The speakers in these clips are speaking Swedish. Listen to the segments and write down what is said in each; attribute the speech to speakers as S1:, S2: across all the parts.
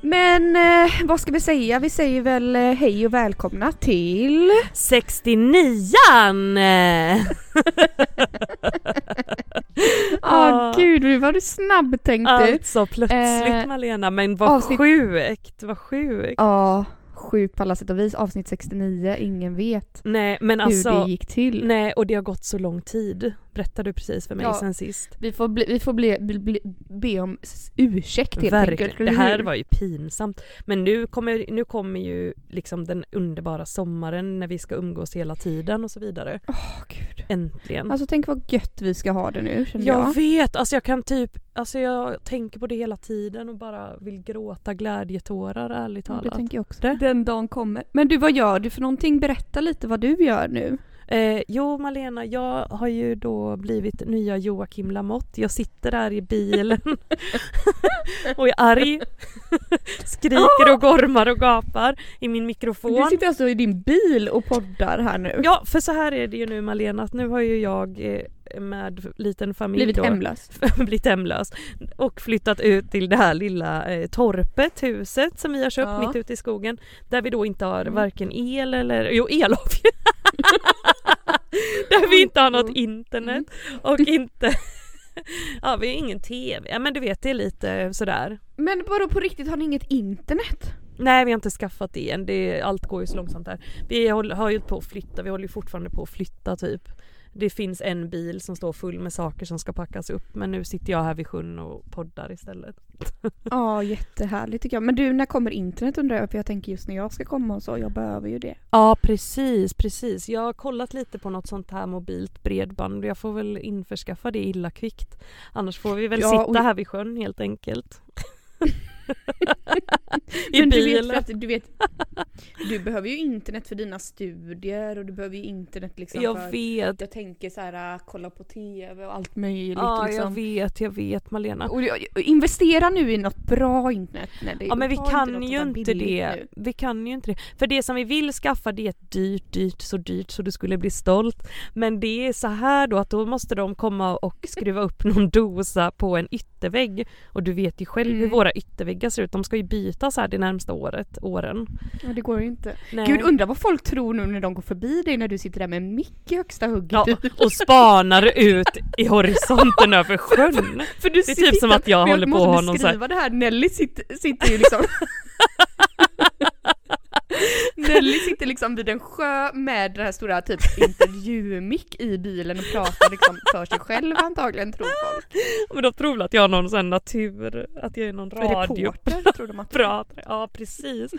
S1: Men eh, vad ska vi säga? Vi säger väl eh, hej och välkomna till...
S2: 69an!
S1: Ah,
S2: Ah.
S1: gud gud vad du snabbtänkte! Ja,
S2: Alltså plötsligt
S1: Eh,
S2: Malena, men vad
S1: avsnitt-
S2: sjukt, vad sjukt.
S1: sjukt på alla sätt och vis. Avsnitt 69, ingen vet
S2: Nej men
S1: hur
S2: alltså,
S1: det gick till.
S2: nej och det har gått så lång tid, berättade du precis för mig
S1: Ja,
S2: sen sist.
S1: Vi får, bli, vi får bli, bli, bli, be om s- ursäkt helt enkelt.
S2: Verkligen, det här var ju pinsamt. Men nu kommer, nu kommer ju liksom den underbara sommaren när vi ska umgås hela tiden och så vidare.
S1: Åh, gud.
S2: Äntligen.
S1: Alltså tänk vad gött vi ska ha det nu känner jag.
S2: Jag vet, alltså jag kan typ, alltså jag tänker på det hela tiden och bara vill gråta glädjetårar ärligt
S1: Ja, det
S2: talat.
S1: tänker jag också.
S2: Det.
S1: Den dagen kommer. Men du, vad gör du för någonting? Berätta lite vad du gör nu.
S2: Eh, jo Malena, jag har ju då blivit nya Joakim Lamotte. Jag sitter där i bilen och är arg. Skriker och gormar och gapar i min mikrofon.
S1: Du sitter alltså i din bil och poddar här nu.
S2: Ja, för så här är det ju nu Malena, att nu har ju jag eh, med liten familj
S1: Blivit
S2: då,
S1: hemlös.
S2: blivit hemlös och flyttat ut till det här lilla eh, torpet, huset som vi har köpt
S1: Ja.
S2: mitt ute i skogen där vi då inte har
S1: Mm.
S2: varken el eller, jo el har vi Där vi inte har
S1: Mm.
S2: något internet och inte, ja vi har ingen tv, ja men du vet det är lite sådär.
S1: Men vadå på riktigt, har ni inget internet?
S2: Nej vi har inte skaffat det än, det, allt går ju så långsamt här. Vi håller, har ju på att flytta, vi håller ju fortfarande på att flytta typ. Det finns en bil som står full med saker som ska packas upp men nu sitter jag här vid sjön och poddar istället.
S1: Ja, jättehärligt tycker jag. Men du, när kommer internet undrar jag? För jag tänker just när jag ska komma och så, jag behöver ju det.
S2: Ja precis, precis. Jag har kollat lite på något sånt här mobilt bredband. Jag får väl införskaffa det illa kvickt. Annars får vi väl
S1: Ja,
S2: sitta
S1: och-
S2: här vid sjön helt enkelt. I
S1: Men du vet, för
S2: bilen.
S1: att, du vet, du behöver ju internet för dina studier och du behöver ju internet liksom för...
S2: Jag vet.
S1: Jag tänker så här, äh, kolla på tv och allt möjligt
S2: Ja, jag
S1: liksom.
S2: vet, jag vet Malena.
S1: Och jag- och investera nu i något bra internet. När det,
S2: Ja men vi
S1: ta
S2: kan
S1: något
S2: ju
S1: som är
S2: inte
S1: billigt
S2: det.
S1: nu.
S2: Vi kan ju inte det. För det som vi vill skaffa det är ett dyrt, dyrt, så dyrt så du skulle bli stolt. Men det är så här då att då måste de komma och skruva upp någon dosa på en yttervägg. Och du vet ju själv hur
S1: Mm.
S2: våra ytterväggar ser ut. De ska ju bytas här det närmsta året, åren.
S1: Ja, det går ju inte.
S2: Nej.
S1: Gud undrar vad folk tror nu när de går förbi dig när du sitter där med en mick i högsta hugget.
S2: Ja, och spanar ut i horisonten över sjön.
S1: För du
S2: Det är typ som att jag håller på att ha
S1: honom
S2: någon
S1: Jag
S2: så
S1: måste
S2: här-
S1: beskriva det här, Nelly sitter, sitter ju liksom Nelly sitter liksom vid en sjö med den här stora typ intervjumick i bilen och pratar liksom för sig själv antagligen tror folk.
S2: Men de tror väl att jag har någon sån här natur, att jag är någon radio.
S1: Reporter tror de att du är.
S2: Bra, ja precis.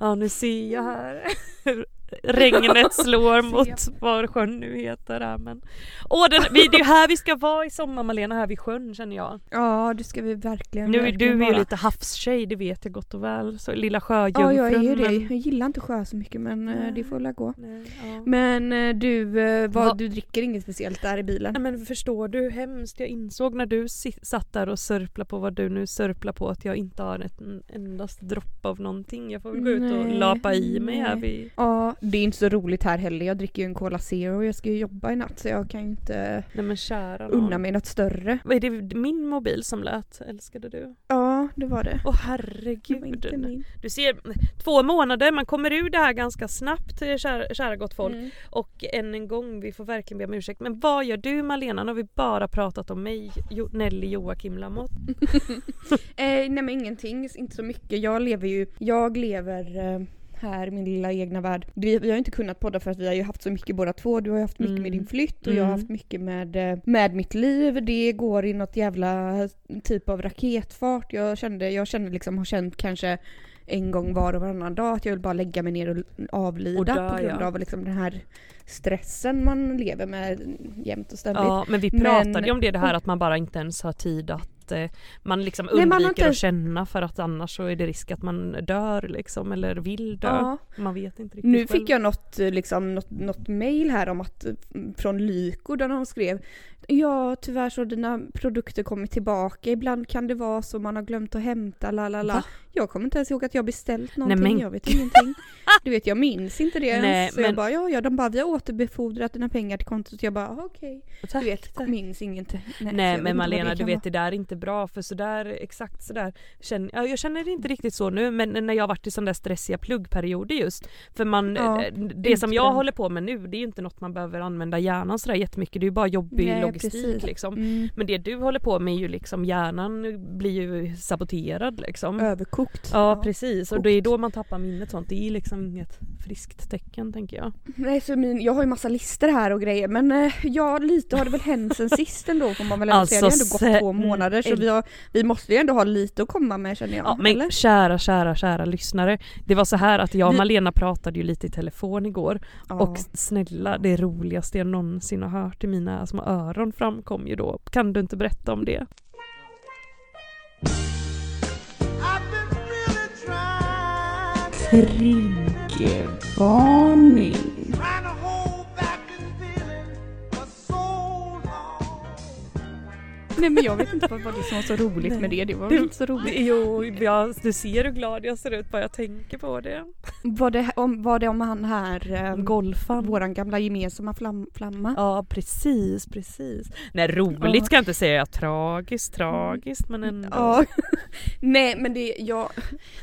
S2: Ja nu ser jag här hur regnet slår mot vad sjön nu heter här men. Åh den, vi, det är ju här vi ska vara i sommar Malena, här vid sjön känner jag.
S1: Ja det ska vi verkligen
S2: Nu är
S1: verkligen
S2: du är ju
S1: vara.
S2: lite havstjej det vet jag gott och väl. Så lilla
S1: Ja
S2: sjöjungfrun.
S1: jag är ju det,
S2: men-
S1: jag gillar inte sjö så mycket men eh, det får väl gå.
S2: Nej, ja.
S1: Men eh, du, eh, vad,
S2: Va-
S1: du dricker inget speciellt där i bilen?
S2: Nej, men förstår du hur hemskt jag insåg när du si- satt där och sörplade på vad du nu sörplar på att jag inte har ett en endast dropp av någonting. Jag får väl gå ut och
S1: Nej,
S2: lapa i mig här
S1: nej.
S2: vid...
S1: Ja, det är inte så roligt här heller. Jag dricker ju en Cola Zero och jag ska ju jobba i natt så jag kan ju inte
S2: Nej men kära nån.
S1: unna mig något större.
S2: Vad är det min mobil som lät? Älskade du?
S1: Ja, det var det. Det
S2: Åh
S1: var
S2: herregud.
S1: inte min.
S2: Du ser, två månader, man kommer ur det här ganska snabbt eh, kära, kära gott folk.
S1: Mm.
S2: Och än en gång, vi får verkligen be om ursäkt. Men vad gör du Malena? Nu har vi bara pratat om mig, jo, Nelly Joakim Lamotte.
S1: Eh, nej men ingenting, inte så mycket. Jag lever ju, jag lever eh, här i min lilla egna värld. Vi, vi har ju inte kunnat podda för att vi har ju haft så mycket båda två. Du har ju haft mycket med
S2: Mm.
S1: din flytt och jag har
S2: Mm.
S1: haft mycket med, eh, med mitt liv. Det går i något jävla typ av raketfart. Jag kände, jag kände liksom, har känt kanske en gång var och varannan dag att jag vill bara lägga mig ner och l- avlida
S2: Och dö,
S1: på grund
S2: ja.
S1: av liksom den här stressen man lever med jämt och ständigt.
S2: Ja men vi
S1: Men-
S2: pratade ju om det, det här att man bara inte ens har tid att att eh, man liksom
S1: Nej, man har
S2: undviker
S1: inte-
S2: att känna för att annars så är det risk att man dör liksom eller vill dö.
S1: Ja.
S2: Man vet inte riktigt
S1: Nu fick jag något, eh, liksom, något, något mail här om att, eh, från Lyko där någon skrev Ja tyvärr så har dina produkter kommit tillbaka, ibland kan det vara så man har glömt att hämta la la la.
S2: Va?
S1: Jag kommer inte ens ihåg att jag beställt någonting,
S2: men-
S1: jag vet ingenting. Du vet jag minns inte det ens.
S2: Nej,
S1: så jag
S2: men-
S1: bara ja, ja de bara vi har återbefordrat dina pengar till kontot. Jag bara "Ah, okej. Du vet, minns ingenting. så jag
S2: Nej
S1: vet
S2: men
S1: inte vad
S2: Malena
S1: det
S2: du
S1: kan
S2: vet det där är inte bra för sådär exakt sådär känner, ja, jag känner det inte riktigt så nu men när jag har varit i sådana där stressiga pluggperioder just för man,
S1: Ja,
S2: eh, det som jag
S1: utbränd.
S2: håller på med nu det är ju inte något man behöver använda hjärnan sådär jättemycket det är ju bara jobbig
S1: Nej,
S2: logistik
S1: precis.
S2: liksom.
S1: vara. Mm.
S2: Men det du håller på med är ju liksom hjärnan blir ju saboterad liksom.
S1: Överkokt.
S2: Ja precis och
S1: kokt.
S2: det är då man tappar minnet sånt. Det är liksom inget friskt tecken tänker jag.
S1: Nej, så min, jag har ju massa listor här och grejer men eh, ja lite har det väl hänt sen sist ändå får man väl ändå säga. Det har ändå
S2: Alltså,
S1: gått två
S2: sen-
S1: månader så vi, har, vi måste ju ändå ha lite att komma med känner jag.
S2: Ja, men
S1: eller?
S2: kära, kära, kära lyssnare. Det var så här att jag och
S1: Vi-
S2: Malena pratade ju lite i telefon igår
S1: Ja.
S2: och snälla det roligaste jag någonsin har hört i mina små öron framkom ju då. Kan du inte berätta om det?
S3: I've been really trying,
S4: Triggervarning.
S3: trying to hold back this feeling for so long.
S1: Nej men jag vet inte vad, vad det som var så roligt med det. Det var väl inte så roligt.
S2: Jo, du ser hur glad jag ser ut bara jag tänker på det.
S1: Var det om, var det om han här, eh,
S2: Golfan.
S1: våran gamla gemensamma flam, flamma?
S2: Ja precis, precis. Nej roligt
S1: Ja.
S2: ska jag inte säga, tragiskt, tragiskt men ändå.
S1: Ja. Nej men det, jag,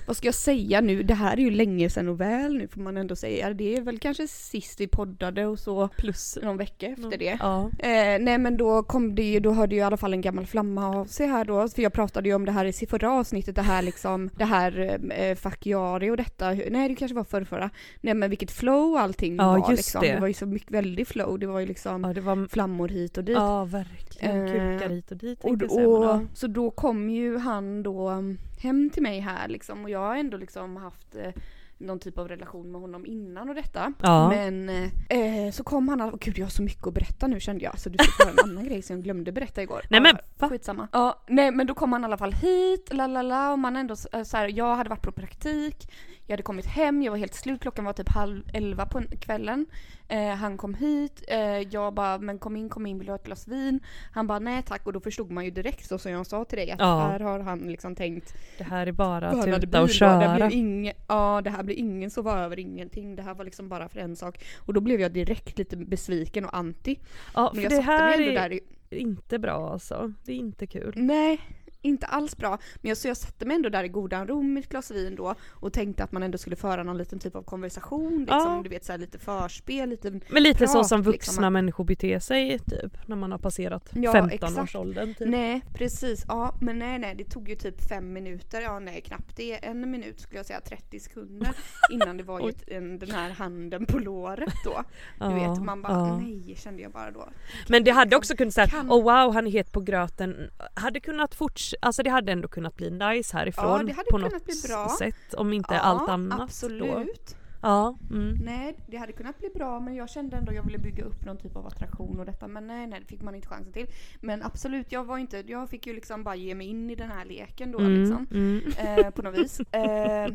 S1: vad ska jag säga nu? Det här är ju länge sedan och väl nu får man ändå säga. Det är väl kanske sist vi poddade och så
S2: Plus.
S1: någon vecka
S2: Mm.
S1: efter det.
S2: Ja.
S1: Eh, nej men då kom det ju, då hörde ju i alla fall en gammal flamma av sig här då, för jag pratade ju om det här i förra avsnittet, det här liksom, det här eh, fuck Yari och detta, hur- nej det kanske var förra, förra. nej men vilket flow allting
S2: Ja,
S1: var
S2: just
S1: liksom.
S2: det.
S1: Det var ju så mycket, väldigt flow, det var ju liksom
S2: ja, det var
S1: flammor hit och dit.
S2: Ja verkligen,
S1: Eh,
S2: kukar hit Mm. och dit
S1: Och,
S2: tänkte jag säga, men
S1: och,
S2: ja.
S1: så då kom ju han då mm, hem till mig här liksom och jag har ändå liksom haft eh, någon typ av relation med honom innan och detta.
S2: Ja.
S1: Men eh, så kom han och gud jag har så mycket att berätta nu kände jag. Så du fick höra en annan grej som jag glömde berätta igår.
S2: Nej, men
S1: ja,
S2: va?
S1: skitsamma. Ja, nej men då kom han i alla fall hit, la la la och man ändå s- eh, så här, jag hade varit på praktik, jag hade kommit hem, jag var helt slut, klockan var typ halv elva på kvällen. Eh, han kom hit, eh, jag bara men kom in, kom in, vill du ha ett glas vin? Han bara nej tack och då förstod man ju direkt så som jag sa till dig att
S2: Ja.
S1: här har han liksom tänkt
S2: Det här är bara att
S1: bönade
S2: tuta och
S1: bilbad, det här
S2: köra.
S1: blir ingen, ja det här blir ingen sova över ingenting, det här var liksom bara för en sak. Och då blev jag direkt lite besviken och anti.
S2: Ja,
S1: Men
S2: för
S1: jag
S2: det
S1: satte mig
S2: här
S1: ändå
S2: är
S1: där i,
S2: inte bra alltså. Det är inte kul.
S1: Nej, inte alls bra. Men jag, så jag satte mig ändå där i godan ro med ett glas vin då och tänkte att man ändå skulle föra någon liten typ av konversation. Liksom,
S2: Ja.
S1: Du vet så här, lite förspel, lite...
S2: Men lite så
S1: Prat,
S2: som
S1: liksom,
S2: vuxna
S1: att-
S2: människor beter sig typ när man har passerat
S1: Ja,
S2: 15-årsåldern. Typ.
S1: Nej, precis. Ja, men nej, nej, det tog ju typ fem minuter. Ja, nej, knappt det. En minut skulle jag säga, 30 sekunder innan det var ju
S2: Oj.
S1: ett- en, den här handen på låret då. Du
S2: Ja,
S1: vet, man bara
S2: ja.
S1: nej, kände jag bara då.
S2: Men det hade också kunnat säga
S1: Kan-
S2: oh wow han är het på gröten. Hade kunnat forts- alltså det hade ändå kunnat bli nice härifrån
S1: Ja, det hade
S2: på
S1: kunnat
S2: något
S1: bli bra.
S2: sätt om inte allt annat då.
S1: absolut.
S2: Ja, mm.
S1: Nej, det hade kunnat bli bra men jag kände ändå att jag ville bygga upp någon typ av attraktion och detta men nej, nej det fick man inte chansen till. Men absolut, jag var inte, jag fick ju liksom bara ge mig in i den här leken då
S2: Mm,
S1: liksom.
S2: mm.
S1: Eh, på något vis. Eh,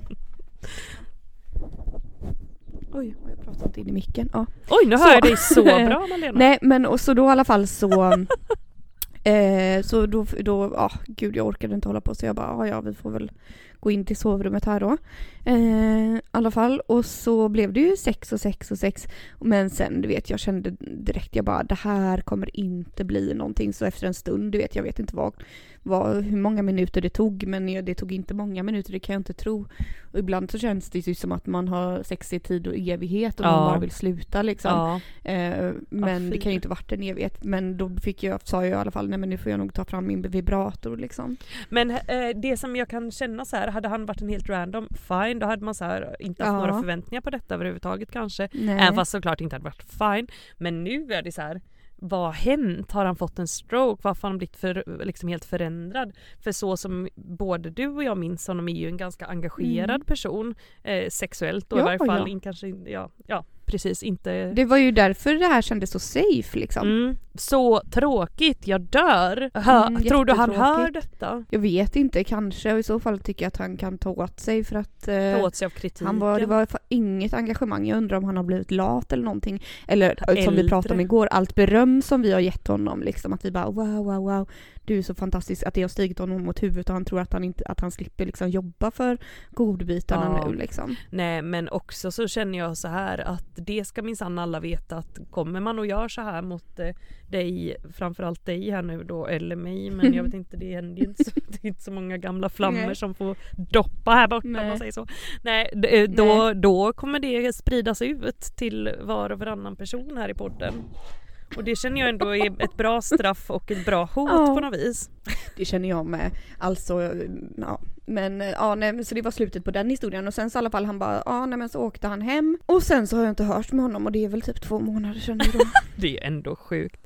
S2: Oj.
S1: och jag pratade inte in i micken. Ja.
S2: Oj nu
S1: Så.
S2: hör jag dig så bra Malena.
S1: Nej men och så då i alla fall så eh, så då, då, ja gud jag orkade inte hålla på så jag bara ja, ja vi får väl gå in till sovrummet här då. Eh, I alla fall och så blev det ju sex och sex och sex men sen du vet jag kände direkt jag bara det här kommer inte bli någonting så efter en stund du vet jag vet inte vad, vad hur många minuter det tog men jag- det tog inte många minuter det kan jag inte tro. Och ibland så känns det ju som att man har sex i tid och evighet och man
S2: Ja.
S1: bara vill sluta liksom.
S2: Ja.
S1: Eh, men
S2: Ah,
S1: det
S2: fy.
S1: kan ju inte varit en evighet. Men då fick jag, sa jag i alla fall, nej men nu får jag nog ta fram min vibrator liksom.
S2: Men eh, det som jag kan känna så här, hade han varit en helt random, fine, då hade man så här, eh, inte haft
S1: Ja.
S2: några förväntningar på detta överhuvudtaget kanske.
S1: Nej.
S2: Även fast såklart inte hade varit fine. Men nu är det så här, vad har hänt? Har han fått en stroke? Varför har han blivit för, liksom helt förändrad? För så som både du och jag minns honom är ju en ganska engagerad person eh, sexuellt och i
S1: Mm. Ja,
S2: varje fall
S1: ja.
S2: in, kanske, in- ja, ja, precis inte...
S1: Det var ju därför det här kändes så safe liksom.
S2: Mm. Så tråkigt, jag dör! Hör,
S1: Mm,
S2: tror du han
S1: jättetråkigt.
S2: hör detta?
S1: Jag vet inte, kanske. Och i så fall tycker jag att han kan ta åt sig för att eh,
S2: Ta åt sig av kritiken.
S1: han var, det var fa- inget engagemang. Jag undrar om han har blivit lat eller någonting. Eller eh, som
S2: Äldre.
S1: vi pratade om igår, allt beröm som vi har gett honom. Liksom, att vi bara wow, wow, wow. Du är så fantastisk att det har stigit honom mot huvudet och han tror att han, inte, att han slipper liksom, jobba för godbitarna
S2: Ja.
S1: nu. Liksom.
S2: Nej men också så känner jag så här att det ska minsann alla veta att kommer man och gör så här mot eh, dig, framförallt dig här nu då, eller mig men jag vet inte, det händer ju inte så, det är inte så många gamla flammor
S1: Nej.
S2: som får doppa här borta om man
S1: Nej.
S2: säger så. Nej, d- eh, då, då kommer det spridas ut till var och varannan person här i podden. Och det känner jag ändå är ett bra straff och ett bra hot
S1: Ja.
S2: på något vis.
S1: Det känner jag med. Alltså, ja. Men eh, ja, nej, men så det var slutet på den historien och sen så i alla fall han bara, ja nej men så åkte han hem. Och sen så har jag inte hört med honom och det är väl typ två månader sedan nu då.
S2: Det är ändå sjukt.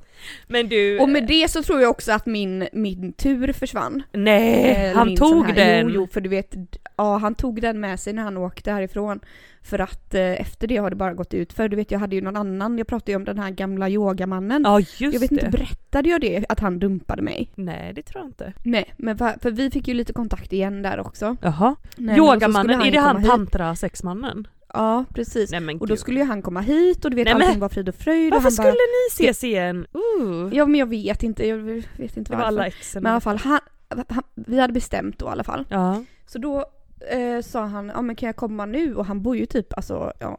S2: Men du,
S1: och med det så tror jag också att min, min tur försvann.
S2: nej
S1: Eller
S2: Eh, han
S1: min sån
S2: tog
S1: här-
S2: den!
S1: Jo, jo för du vet, ja han tog den med sig när han åkte härifrån. För att eh, efter det har det bara gått ut för du vet jag hade ju någon annan, jag pratade ju om den här gamla yogamannen.
S2: Ja just
S1: jag vet
S2: det.
S1: inte, berättade jag det att han dumpade mig?
S2: Nej det tror jag inte.
S1: Nej, men va- för vi fick ju lite kontakt igen där också.
S2: Jaha.
S1: Nej, men och så skulle
S2: Yogamannen, är det
S1: komma
S2: han
S1: hit.
S2: tantra-sexmannen?
S1: Ja, precis.
S2: Nej men
S1: Och då skulle ju han komma hit och du vet
S2: Nej, men-
S1: allting var frid och fröjd. och
S2: Varför
S1: han
S2: skulle
S1: bara,
S2: ni ses igen? Uh,
S1: Ja men jag vet inte, jag vet inte
S2: det var
S1: varför.
S2: alla exen.
S1: Men i alla fall, han, Mm. han, vi hade bestämt då i alla fall.
S2: Ja.
S1: Så då eh, sa han, ja men kan jag komma nu? Och han bor ju typ alltså, ja,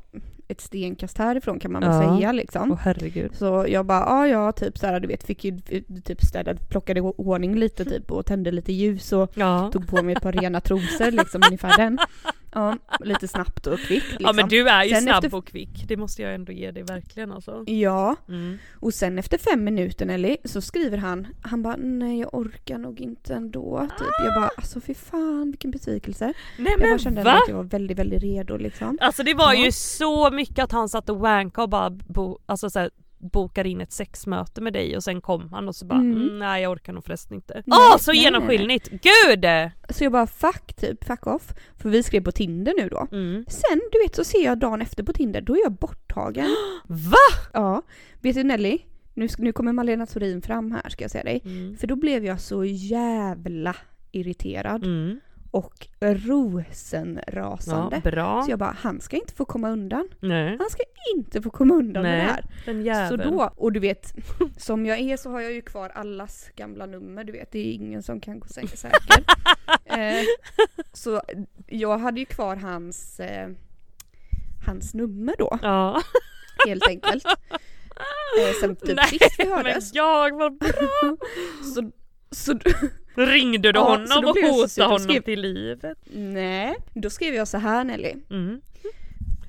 S1: ett stenkast härifrån kan man väl
S2: Ja.
S1: säga liksom.
S2: Åh herregud.
S1: Så jag bara, ja ja, typ såhär du vet, fick ju typ städat, plockade i ordning lite typ och tände lite ljus och
S2: Ja.
S1: tog på mig ett par rena trosor liksom ungefär den. Ja, lite snabbt och kvickt liksom.
S2: Ja men du är ju
S1: Sen
S2: snabb
S1: efter-
S2: och kvick. Det måste jag ändå ge dig verkligen alltså.
S1: Ja,
S2: Mm.
S1: och sen efter fem minuter Nelly så skriver han, han bara nej jag orkar nog inte ändå. Typ. Jag bara alltså fy fan vilken besvikelse.
S2: Nej
S1: Jag bara
S2: men
S1: kände
S2: va?
S1: ändå att jag var väldigt väldigt redo liksom.
S2: Alltså det var
S1: Ja.
S2: ju så mycket att han satt och wankade och bara bo, alltså så här, bokar in ett sexmöte med dig och sen kom han och så bara
S1: Mm.
S2: mm. nej jag orkar nog förresten inte.
S1: Nej,
S2: Åh så
S1: nej, nej, nej.
S2: genomskinligt! Gud!
S1: Så jag bara fuck typ, fuck off. För vi skrev på Tinder nu då.
S2: Mm.
S1: Sen du vet så ser jag dagen efter på Tinder, då är jag borttagen.
S2: Va?
S1: Ja, vet du Nelly? Nu, sk- nu kommer Malena Thorin fram här ska jag säga dig.
S2: Mm.
S1: För då blev jag så jävla irriterad
S2: Mm.
S1: och rosenrasande.
S2: Ja, bra.
S1: Så jag bara, han ska inte få komma undan.
S2: Nej.
S1: Han ska inte få komma undan med
S2: Nej,
S1: det här.
S2: Den jäveln.
S1: Så då, och du vet, som jag är så har jag ju kvar allas gamla nummer, du vet det är ingen som kan säga säker. eh, så jag hade ju kvar hans, eh, hans nummer då
S2: Ja.
S1: helt enkelt. Eh, sen typ
S2: Nej,
S1: sist vi
S2: Men
S1: hördes.
S2: jag var bra.
S1: Så, så,
S2: Ringde du
S1: Ja, så
S2: honom
S1: då
S2: och
S1: blev jag så sur
S2: hotade
S1: och
S2: honom
S1: skrev-
S2: till livet?
S1: nej, då skrev jag så här Nelly.
S2: Mm.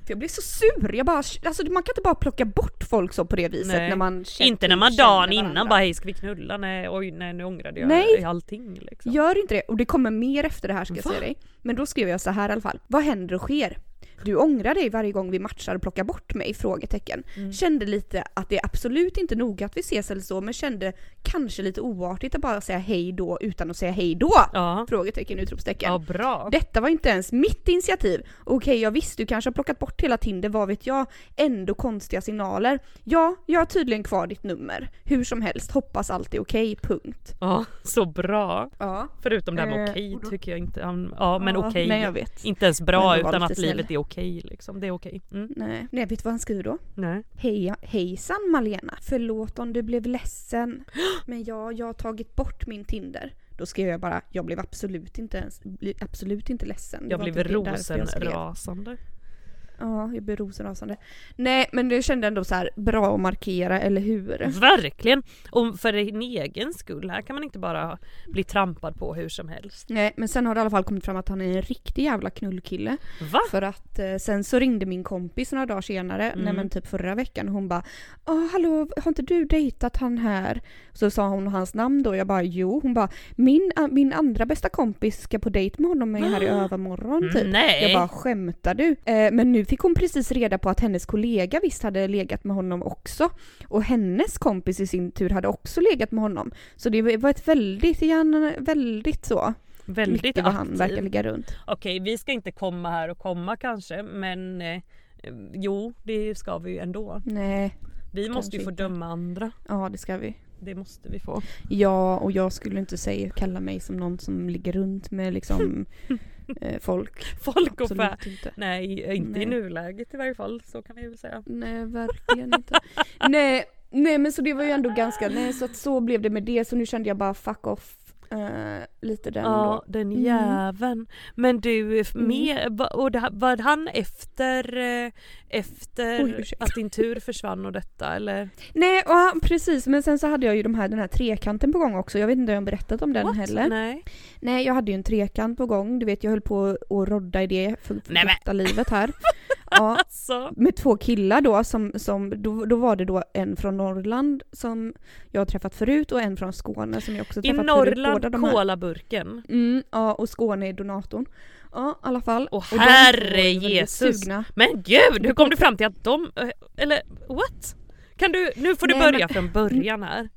S1: För jag blev så sur, jag bara, alltså man kan inte bara plocka bort folk så på det viset
S2: Nej.
S1: när man känner,
S2: Inte när man
S1: känner
S2: dagen
S1: varandra.
S2: innan bara hej ska vi knulla? Nej oj nej nu ångrade jag
S1: Nej.
S2: allting liksom.
S1: Gör inte det, och det kommer mer efter det här ska jag
S2: Va?
S1: säga dig. Men då skrev jag så här i alla fall. Vad händer och sker? Du ångrar dig varje gång vi matchar och plockar bort mig? Frågetecken.
S2: Mm.
S1: Kände lite att det är absolut inte noga att vi ses eller så, men kände kanske lite oartigt att bara säga hej då utan att säga hej då?
S2: Ja.
S1: Frågetecken, utropstecken.
S2: Ja bra.
S1: Detta var inte ens mitt initiativ. Okej, jag visste du kanske har plockat bort hela Tinder, vad vet jag? Ändå konstiga signaler. Ja, jag har tydligen kvar ditt nummer. Hur som helst, hoppas allt är okej, punkt.
S2: Ja, så bra.
S1: Ja.
S2: Förutom det här med
S1: Eh,
S2: okej
S1: och då-
S2: tycker jag inte han, ja men
S1: Ja,
S2: okej.
S1: Nej, jag vet.
S2: Inte ens
S1: Men
S2: bra
S1: då var
S2: utan
S1: lite
S2: att livet
S1: snäll.
S2: är okej liksom. Det är okej. Mm.
S1: Nej. Nej, vet du vad han skriver då?
S2: Nej.
S1: Hej, hejsan Malena, förlåt om du blev ledsen, men jag, jag har tagit bort min Tinder. Då skrev jag bara, jag blev absolut inte, ens, bli- absolut inte ledsen. Det
S2: Jag
S1: var
S2: blev
S1: typ det- därför jag skrev.
S2: rosenrasande.
S1: Ja, jag blev rosenrasande. Nej, men jag kände ändå så här bra att markera, eller
S2: Mm.
S1: hur?
S2: Verkligen! Och för din egen skull, här kan man inte bara bli trampad på hur som helst.
S1: Nej, men sen har det i alla fall kommit fram att han är en riktig jävla knullkille.
S2: Va?
S1: För att eh, sen så ringde min kompis några dagar senare,
S2: Mm.
S1: nej men typ förra veckan, hon bara ah hallå har inte du dejtat han här?” Så sa hon hans namn då och jag bara “jo”. Hon bara min, a- “min andra bästa kompis ska på dejt med honom här i övermorgon” typ.
S2: Mm. Nej.
S1: Jag bara “skämtar du?” eh, Men nu fick hon precis reda på att hennes kollega visst hade legat med honom också. Och hennes kompis i sin tur hade också legat med honom. Så det var ett väldigt, igen, väldigt så,
S2: Väldigt
S1: mycket vad han verkar
S2: aktiv.
S1: ligga runt.
S2: Okej, vi ska inte komma här och komma kanske, men eh, Eh, Jo, det ska vi ju ändå.
S1: Nej.
S2: Vi måste
S1: Kanske
S2: ju få
S1: inte.
S2: döma andra.
S1: Ja det ska vi.
S2: Det måste vi få.
S1: Ja och jag skulle inte säga kalla mig som någon som ligger runt med liksom eh, folk.
S2: Folk och fä.
S1: Absolut inte.
S2: Nej, eh, inte
S1: Nej.
S2: i nuläget i varje fall. Så kan vi väl säga.
S1: Nej, verkligen inte. nej, nej, men så det var ju ändå ganska, nej så att så blev det med det så nu kände jag bara fuck off eh, lite den
S2: Ja, den
S1: Mm.
S2: jäveln. Men du, f-
S1: Mm.
S2: med, va- och det, här- var han efter, eh, efter
S1: Oj, ursäkta.
S2: att din tur försvann och detta eller?
S1: då. Nej, och, han- precis men sen så hade jag ju de här, den här trekanten på gång också, jag vet inte om jag har berättat om den
S2: What?
S1: heller. Nej.
S2: Nej.
S1: jag hade ju en trekant på gång, du vet jag höll på att rodda i det för för
S2: Nej, men.
S1: glatta livet här. ja,
S2: Så.
S1: med två killar då som, som då, då var det då en från Norrland som jag har träffat förut och en från Skåne som jag också
S2: I
S1: träffat förut. båda
S2: Norrland,
S1: de här.
S2: kolaburken.
S1: Mm, ja, och Skåne är donatorn. Ja, i alla fall.
S2: Åh,
S1: de två är
S2: herre
S1: väldigt
S2: Jesus.
S1: Sugna.
S2: Men gud, hur kom du fram till att de, eh, eller what? Kan du, nu får du
S1: Nej,
S2: börja från början här.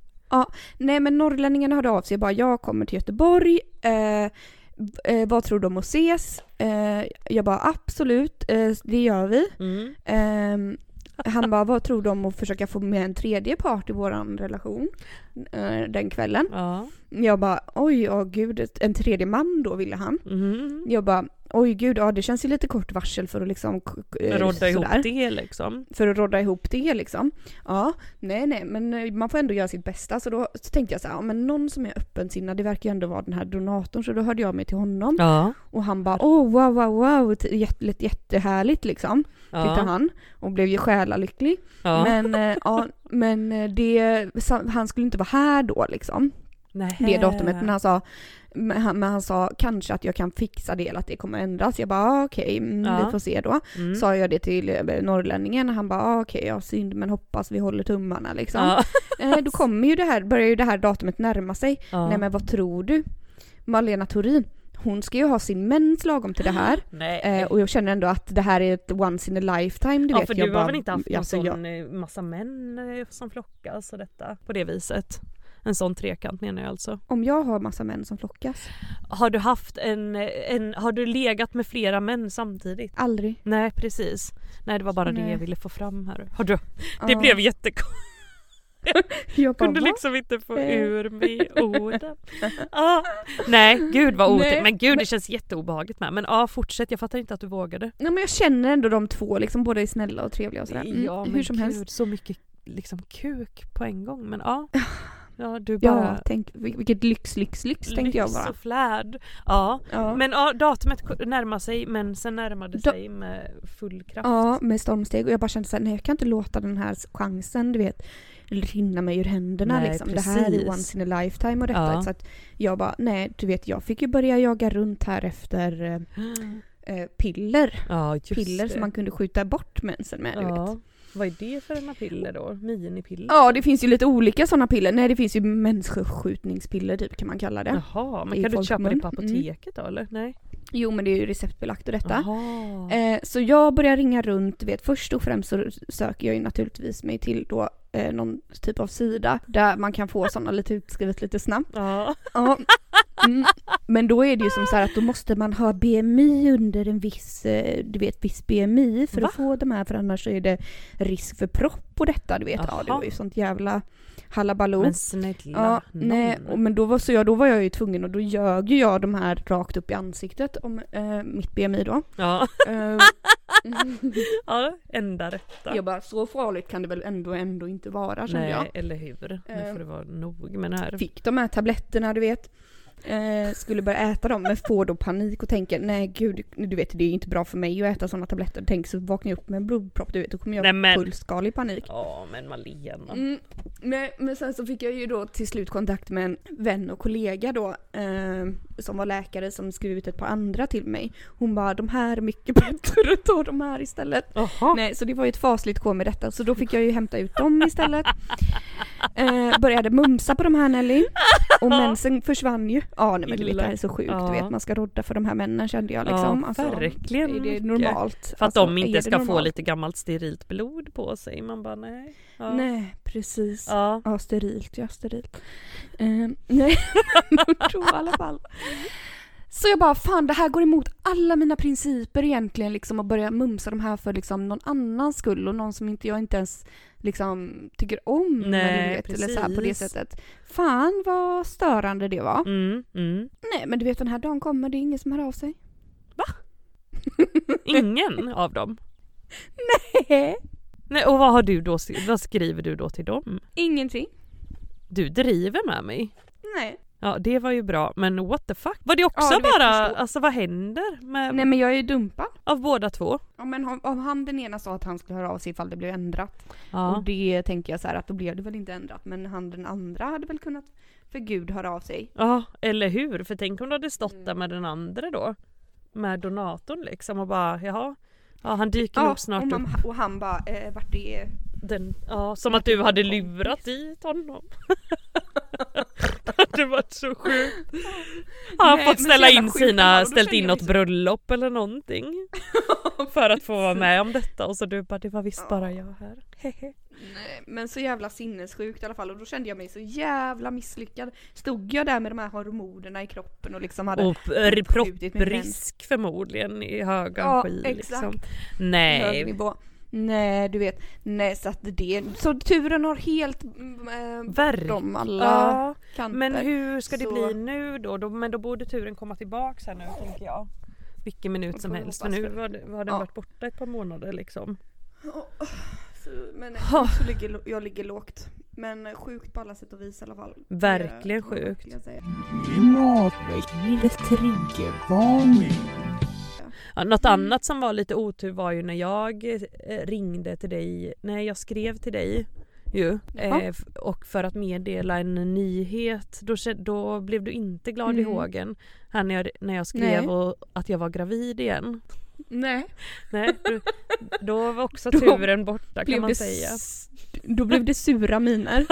S1: Nej men norrlänningarna hörde av sig och bara jag kommer till Göteborg, eh, b- eh, vad tror du om att ses? Eh, jag bara absolut, eh, det gör vi.
S2: Mm.
S1: Ehm, han bara vad tror du om att försöka få med en tredje part i våran relation eh, den kvällen?
S2: Ja.
S1: Jag bara oj, ja gud, en tredje man då ville han.
S2: Mm.
S1: Jag bara oj gud, ja det känns ju lite kort varsel för att liksom k- k- eh,
S2: Rodda ihop
S1: sådär.
S2: det liksom.
S1: för att rodda ihop det liksom. Ja, nej nej men eh, man får ändå göra sitt bästa så då så tänkte jag så här, ja, men någon som är öppensinnad det verkar ju ändå vara den här donatorn så då hörde jag mig till honom
S2: Ja.
S1: och han bara åh oh, wow wow wow t- jätte, jättehärligt liksom tyckte
S2: Ja.
S1: han och blev ju själalycklig.
S2: ja.
S1: Men, eh, ja, men eh, det, sa- han skulle inte vara här då liksom
S2: Nej.
S1: det datumet men han sa men han, men han sa kanske att jag kan fixa det eller att det kommer ändras. Jag bara ah, okej, mm,
S2: Ja.
S1: vi får se då
S2: Mm.
S1: sa jag det till eh, norrlänningen han bara ah, okej, ja synd men hoppas vi håller tummarna liksom.
S2: Ja.
S1: Eh, då kommer ju det här, börjar ju det här datumet närma sig.
S2: Ja.
S1: Nej men vad tror du? Malena Torin, hon ska ju ha sin mens lagom till det här.
S2: Nej.
S1: Eh, och jag känner ändå att det här är ett once in a lifetime, du
S2: ja
S1: vet.
S2: för
S1: jag
S2: du
S1: bara,
S2: har väl inte haft någon
S1: alltså,
S2: sån
S1: jag,
S2: eh, massa män eh, som flockas och detta på det viset? En sån trekant menar jag alltså.
S1: Om jag har massa män som flockas?
S2: Har du haft en, eh, en har du legat med flera män samtidigt?
S1: Aldrig.
S2: Nej precis. Nej det var bara det
S1: Nej.
S2: jag ville få fram här. Har du, det
S1: Ja.
S2: blev jättekonstigt.
S1: Jag bara,
S2: Kunde
S1: va?
S2: liksom inte få
S1: Eh.
S2: ur mig orden. Ah, nej gud vad
S1: Nej,
S2: otäckt. Men gud det känns jätteobehagligt med. Men ja ah, fortsätt jag fattar inte att du vågade.
S1: Nej men jag känner ändå de två liksom, båda är snälla och trevliga och sådär. Mm,
S2: Ja men
S1: hur som
S2: gud,
S1: helst.
S2: så mycket liksom kuk på en gång. Men ja. Ja du bara
S1: Ja, tänk vil- vilket lyx, lyx, lyx tänkte jag bara.
S2: och flärd. Ja.
S1: Ja.
S2: Men ja, datumet ko- närmar sig men sen närmade
S1: Da-
S2: sig med full kraft.
S1: Ja, med stormsteg. Och jag bara kände såhär, nej jag kan inte låta den här chansen, du vet, rinna mig ur händerna
S2: Nej,
S1: liksom. Det här är
S2: precis.
S1: once in a lifetime och detta.
S2: Ja.
S1: Så att jag bara, nej du vet jag fick ju börja jaga runt här efter eh, eh, piller.
S2: Ja just
S1: piller
S2: det.
S1: som man kunde skjuta bort mensen med, du vet.
S2: ja. Vad är det för ena piller då? Minipiller?
S1: Ja, det finns ju lite olika sådana piller. Nej, det finns ju människoskjutningspiller typ kan man kalla det.
S2: Jaha, men
S1: I
S2: kan du köpa det
S1: folkmun. Mm.
S2: på apoteket då eller? Nej?
S1: Jo, men det är ju receptbelagt och detta.
S2: Jaha.
S1: Eh, så jag börjar ringa runt, du vet först och främst så söker jag ju naturligtvis mig till då eh, någon typ av sida där man kan få sådana lite utskrivet lite snabbt.
S2: Ja.
S1: Ja. Mm. Men då är det ju som så här att då måste man ha BMI under en viss, eh, du vet viss BMI för att få de här för annars så är det risk för propp och detta du vet. Ja det
S2: Jaha.
S1: var ju sånt jävla hallabaloo.
S2: Men snälla
S1: Ja,
S2: nån.
S1: nej, och, men då var, så jag, då var jag ju tvungen och då ljög ju jag de här rakt upp i ansiktet om eh, mitt BMI då.
S2: Ja.
S1: Eh,
S2: ja, enda rätta.
S1: Jag bara, så farligt kan det väl ändå, ändå inte vara kände
S2: nej,
S1: jag.
S2: eller hur. Nu
S1: Eh.
S2: får det vara nog med det här.
S1: Fick de här tabletterna du vet. Eh, skulle börja äta dem men får då panik och tänker nej gud du vet det är inte bra för mig att äta sådana tabletter. Tänk så vaknar jag upp med en blodpropp du vet då kommer jag
S2: Nej, men-
S1: fullskalig panik.
S2: Ja men Malena.
S1: Mm, nej, men sen så fick jag ju då till slut kontakt med en vän och kollega då eh, som var läkare som skrev ut ett par andra till mig. Hon bara de här är mycket bättre, ta de här istället.
S2: Jaha.
S1: Nej, så det var ju ett fasligt K med detta så då fick jag ju hämta ut dem istället. Eh, började mumsa på de här Nelly och mensen försvann ju. Ja nej, men du vet det här är så sjukt,
S2: Ja.
S1: du vet man ska rodda för de här männen kände jag liksom.
S2: ja,
S1: Alltså,
S2: verkligen.
S1: är det
S2: Micke.
S1: normalt?
S2: För att
S1: Alltså,
S2: de
S1: är
S2: inte
S1: det
S2: ska få
S1: normalt?
S2: lite gammalt sterilt blod på sig. Man bara nej. Ja.
S1: Nej precis. Ja.
S2: Ja.
S1: sterilt, ja sterilt. Eh, nej, men då i alla fall. Så jag bara, fan det här går emot alla mina principer egentligen liksom att börja mumsa de här för liksom någon annans skull och någon som inte jag inte ens liksom tycker om.
S2: Nej,
S1: eller, du vet, eller så här, på det
S2: precis.
S1: sättet. Fan vad störande det var.
S2: Mm, mm.
S1: Nej men du vet den här dagen kommer, det är ingen som hör av sig.
S2: Ingen av dem.
S1: Hehe.
S2: Nej, och vad, har du då, vad skriver du då till dem?
S1: Ingenting.
S2: Du driver med mig.
S1: Nej.
S2: Ja det var ju bra men what the fuck? Var det också
S1: Ja, du vet,
S2: bara,
S1: förstå.
S2: alltså vad händer med,
S1: Nej men jag är ju dumpad.
S2: av båda två?
S1: Ja, men om, om han den ena sa att han skulle höra av sig ifall det blev ändrat.
S2: Ja.
S1: Och det tänker jag så här att då blev det väl inte ändrat men han den andra hade väl kunnat för gud höra av sig.
S2: Ja eller hur? För tänk om du hade stått där med den andra då. Med donatorn liksom och bara jaha. Ja han dyker nog snart
S1: och,
S2: upp.
S1: man, och han bara eh, vart det
S2: Den, ja, som att du hade lurat i honom. det hade varit så sjukt. Han
S1: Nej,
S2: har fått
S1: men
S2: ställa
S1: så jävla
S2: in
S1: sjukt det var,
S2: sina,
S1: och då
S2: ställt
S1: kände
S2: in
S1: jag
S2: något
S1: liksom-
S2: bröllop eller någonting. för att få vara med om detta och så du bara det var visst bara jag här. Hehe.
S1: Nej, men så jävla sinnessjukt i alla fall och då kände jag mig så jävla misslyckad. Stod jag där med de här hormonerna i kroppen och liksom hade...
S2: Och r-
S1: skjutit min vän.
S2: propprisk förmodligen i hög
S1: Ja,
S2: energi
S1: exakt.
S2: liksom.
S1: hög
S2: Nej.
S1: nivå. Nej du vet, nej så att det, så turen har helt mm, eh,
S2: Verk-
S1: de alla
S2: Ja,
S1: kanter.
S2: men hur ska det
S1: Så-
S2: bli nu då? då? Men då borde turen komma tillbaks här nu tänker jag. Vilken minut
S1: Då
S2: som
S1: får vi
S2: helst för
S1: hoppas
S2: nu
S1: det.
S2: har det- har den
S1: Ja.
S2: varit borta ett par månader liksom.
S1: Åh, så, men eh,
S2: Ha.
S1: så ligger, jag ligger lågt. Men eh, sjukt på alla sätt och vis i alla fall. Det
S2: Verkligen
S1: kan jag
S2: sjukt.
S1: verkligen säga.
S5: Klimatväckningens triggervarning.
S2: Ja, något annat som var lite otur var ju när jag eh, ringde till dig, nej jag skrev till dig ju
S1: Ja.
S2: eh, f- och för att meddela en nyhet då, kä- då blev du inte glad i
S1: Mm.
S2: hågen här när jag, när jag skrev
S1: Nej.
S2: och, att jag var gravid igen.
S1: Nej.
S2: Nej, du, då var också
S1: Då
S2: turen borta kan
S1: Blev
S2: man
S1: det
S2: säga.
S1: s- Då blev det sura miner.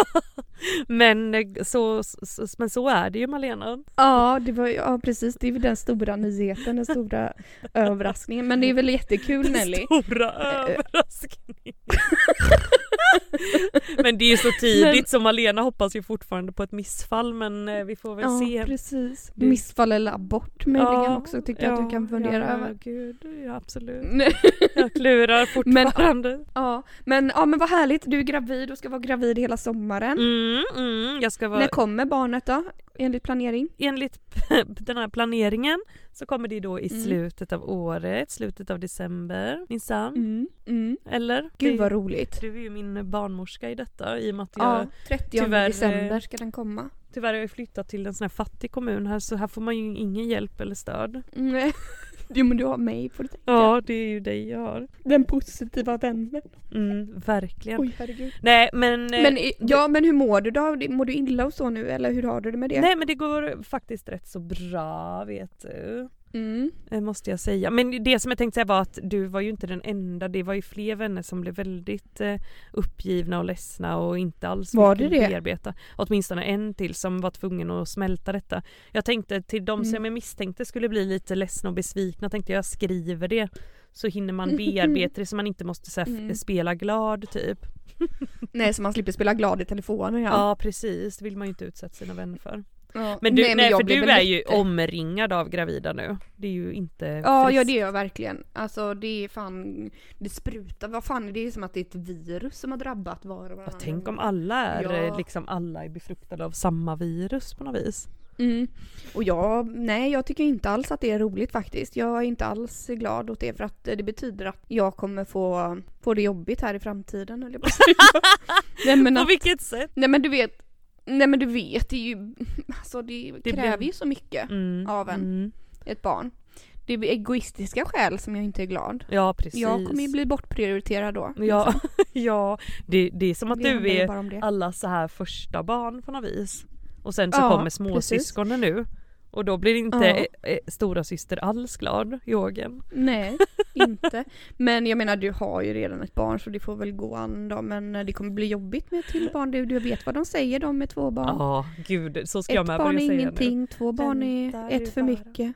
S2: Men eh, så, så, men så är det ju Malena.
S1: Ja, det var, ja precis. Det är väl den stora nyheten, den stora överraskningen. Men det är väl jättekul Nelly. Eh,
S2: Stora överraskning. men det är ju så tidigt
S1: Men-
S2: så Malena hoppas ju fortfarande på ett missfall men eh, vi får väl
S1: Ja,
S2: se.
S1: precis.
S2: Det-
S1: Missfall eller abort möjligen också tycker jag att du kan fundera
S2: ja,
S1: över.
S2: Gud, ja, absolut.
S1: Nej.
S2: Jag klurar
S1: Men-
S2: fortfarande.
S1: Ja, men, ja, men vad härligt. Du är gravid och ska vara gravid hela sommaren.
S2: Mm, mm, jag ska vara,
S1: När kommer barnet då, enligt planering?
S2: enligt den här planeringen så kommer det då i
S1: Mm.
S2: slutet av året, slutet av december minsann.
S1: Mm. Mm.
S2: Eller?
S1: Gud vad
S2: Det-
S1: roligt.
S2: Du är ju min barnmorska i detta i och med att jag
S1: Ja, 30
S2: tyvärr,
S1: december
S2: eh,
S1: ska den komma.
S2: tyvärr har jag flyttat till en sån här fattig kommun här så här får man ju ingen hjälp eller stöd.
S1: Mm. Jo men du har mig får du tänka.
S2: Ja, det är ju dig jag har.
S1: Den positiva vännen.
S2: Mm, verkligen.
S1: Oj herregud.
S2: Nej men... eh,
S1: Men, i- ja men hur mår du då? Mår du illa och så nu eller hur har du det med det?
S2: Nej men det går faktiskt rätt så bra vet du.
S1: Mm.
S2: Eh, Måste jag säga. Men det som jag tänkte säga var att du var ju inte den enda. Det var ju fler vänner som blev väldigt eh, uppgivna och ledsna och inte alls
S1: Var det
S2: fick
S1: det?
S2: bearbeta. Åtminstone en till som var tvungen att smälta detta. Jag tänkte till de som
S1: Mm.
S2: jag misstänkte skulle bli lite ledsna och besvikna tänkte jag skriver det. Så hinner man bearbeta det så man inte måste så här, f-
S1: Mm.
S2: spela glad typ.
S1: Nej så man slipper spela glad i telefonen
S2: Ja.
S1: ja.
S2: precis, det vill man ju inte utsätta sina vänner för.
S1: ja.
S2: Men du, nej,
S1: jag
S2: för
S1: blir
S2: du
S1: väl
S2: är ju
S1: jätte-
S2: omringad av gravida nu. Det är ju inte
S1: Ja,
S2: friskt.
S1: ja det gör jag verkligen. Alltså det är fan, det sprutar, vad fan är det? det är som att det är ett virus som har drabbat var och
S2: Ja,
S1: varannan.
S2: tänk om alla är
S1: Ja.
S2: eh, liksom alla är befruktade av samma virus på något vis.
S1: Mm. Och jag, nej jag tycker inte alls att det är roligt faktiskt. Jag är inte alls glad åt det för att eh, det betyder att jag kommer få, få det jobbigt här i framtiden höll jag på att säga. nej, men,
S2: På
S1: att-
S2: vilket sätt?
S1: nej men du vet, nej men du vet det är ju, alltså det,
S2: blir-
S1: kräver ju så mycket
S2: Mm.
S1: Av en.
S2: Mm.
S1: ett barn. Det är egoistiska skäl som jag inte är glad.
S2: Ja precis.
S1: Jag kommer ju bli bortprioriterad då.
S2: Ja, ja. Det, det är som att
S1: Det
S2: du
S1: handlar ju
S2: är
S1: bara om det.
S2: alla så här första barn på något vis. Och sen så
S1: Ja,
S2: kommer småsyskonen nu. Och då blir inte
S1: Ja.
S2: eh, eh, stora syster alls glad, Jorgen.
S1: Nej, inte. Men jag menar du har ju redan ett barn så det får väl gå an då. Men eh, det kommer bli jobbigt med ett till barn. Du, du vet vad de säger de med två
S2: Ja,
S1: barn.
S2: gud så ska jag
S1: ett
S2: med
S1: barn
S2: börja
S1: är
S2: säga
S1: ingenting, två barn
S2: Vänta,
S1: är
S2: det är
S1: ett för
S2: bara-
S1: mycket.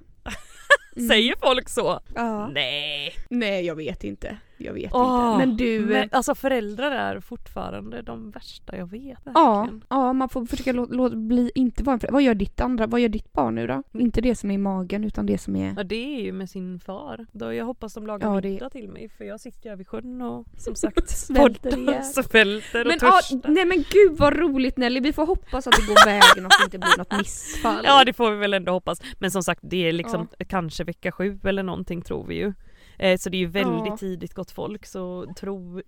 S2: nu. Säger folk så?
S1: Mm. Ja.
S2: Nej!
S1: Nej jag vet inte. Jag vet
S2: Åh,
S1: inte. Men du... eh,
S2: Men, alltså föräldrar är fortfarande de värsta jag vet.
S1: Ja,
S2: verkligen.
S1: ja, man får försöka låta lå, bli, inte vara en förälder. Vad gör ditt andra, vad gör ditt barn nu då? Inte det som är i magen utan det som är...
S2: Mm. Ja det är ju med sin far. Då jag hoppas de lagar
S1: Ja, det-
S2: middag till mig för jag sitter här vid sjön och som sagt
S1: Svälter
S2: poddar
S1: ihjäl.
S2: svälter och
S1: Men, ja,
S2: törstar.
S1: nej men gud vad roligt Nelly, vi får hoppas att det går vägen och att det inte blir något missfall.
S2: Ja det får vi väl ändå hoppas. Men som sagt det är liksom
S1: Ja.
S2: kanske vecka sju eller någonting tror vi ju. Eh, så det är ju väldigt
S1: Ja.
S2: tidigt gott folk så tro, eh,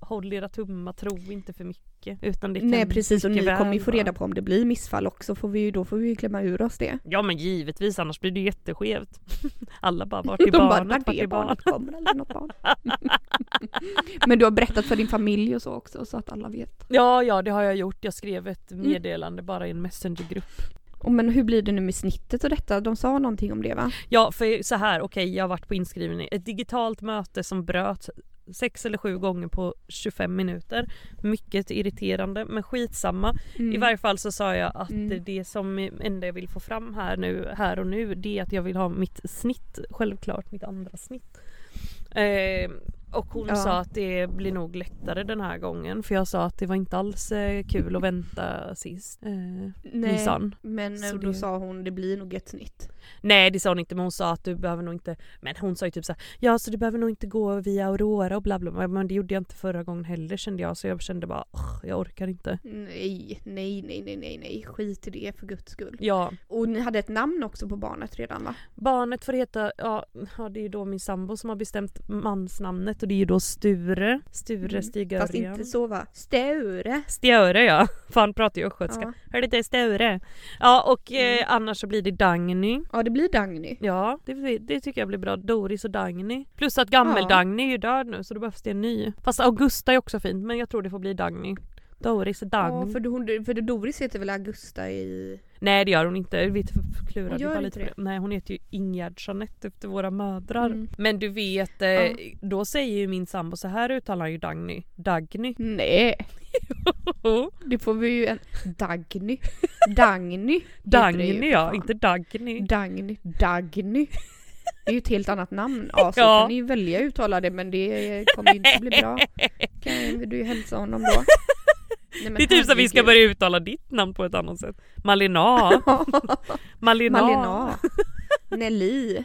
S2: håll era tummar, tro inte för mycket. Utan det kan
S1: Nej precis och ni
S2: mycket väl
S1: kommer ju få
S2: vara-
S1: reda på om det blir missfall också, får vi ju, då får vi ju klämma ur oss det.
S2: Ja men givetvis annars blir det ju jätteskevt. Alla bara vart är
S1: De bara,
S2: barnet,
S1: "Vart
S2: vart
S1: är
S2: är
S1: barnet?
S2: barnet?
S1: Kommer aldrig något barn? men du har berättat för din familj och så också så att alla vet.
S2: Ja ja det har jag gjort. Jag skrev ett
S1: Mm.
S2: meddelande bara i en messengergrupp.
S1: Och men hur blir det nu med snittet och detta? De sa någonting om det va?
S2: Ja, för så här, okej, jag har varit på inskrivning. Ett digitalt möte som bröt sex eller sju gånger på 25 minuter. Mycket irriterande, men skitsamma. I varje fall så sa jag att
S1: Mm.
S2: det som enda jag vill få fram här nu, här och nu, det är att jag vill ha mitt snitt, självklart mitt andra snitt. Eh, och hon
S1: Ja.
S2: sa att det blir nog lättare den här gången för jag sa att det var inte alls eh, kul att vänta sist. Eh,
S1: Nej.
S2: Nisan.
S1: Men
S2: Så
S1: eh, då
S2: det-
S1: sa hon det blir nog ett snitt.
S2: Nej det sa hon inte men hon sa att du behöver nog inte Men hon sa ju typ så här, Ja så du behöver nog inte gå via Aurora och bla bla bla." Men det gjorde jag inte förra gången heller kände jag så jag kände bara "Ugh, jag orkar inte.
S1: Nej, nej, nej, nej, nej, nej. Skit i det för guds skull.
S2: Ja
S1: Och ni hade ett namn också på barnet redan va?
S2: barnet får heta ja, ja det är ju då min sambo som har bestämt mansnamnet och det är ju då Sture. Sture
S1: Mm, Fast
S2: Stigören.
S1: inte så va? Sture.
S2: Stjöre ja, fan pratar ju
S1: Ja. Mm.
S2: östgötska. Hör du det Sture? Ja och eh, annars så blir det Dagny.
S1: ja, det blir Dagny.
S2: Ja det, det tycker jag blir bra. Doris och Dagny. Plus att gammel-Dagny är ju död nu så då behövs det en ny. Fast Augusta är också fint men jag tror det får bli Dagny. Doris och
S1: Ja,
S2: Dagny.
S1: för, hon, för Doris heter väl Augusta i...
S2: Nej det gör hon inte. Vi
S1: Hon
S2: klurade ju
S1: gör
S2: bara
S1: inte
S2: lite på
S1: det.
S2: det. Nej hon heter ju Ingegerd Jeanette efter våra mödrar.
S1: Mm.
S2: Men du vet, eh,
S1: Ja.
S2: då säger ju min sambo så här uttalar han ju Dagny. Dagny.
S1: Nej, det får vi ju en... Dagny. Dagny. heter det ju, för
S2: Dagny ja,
S1: fan.
S2: inte Dagny.
S1: Dagny. Dagny. Det är ju ett helt annat namn. Ja, så
S2: Ja.
S1: kan ni ju välja att uttala det men det kommer ju inte bli bra. Kan du ju hälsa honom då. Nej, men
S2: Det är typ som vi ska
S1: herregud.
S2: börja uttala ditt namn på ett annat sätt. Malina. Malina.
S1: Malena. Nelly. Nelly.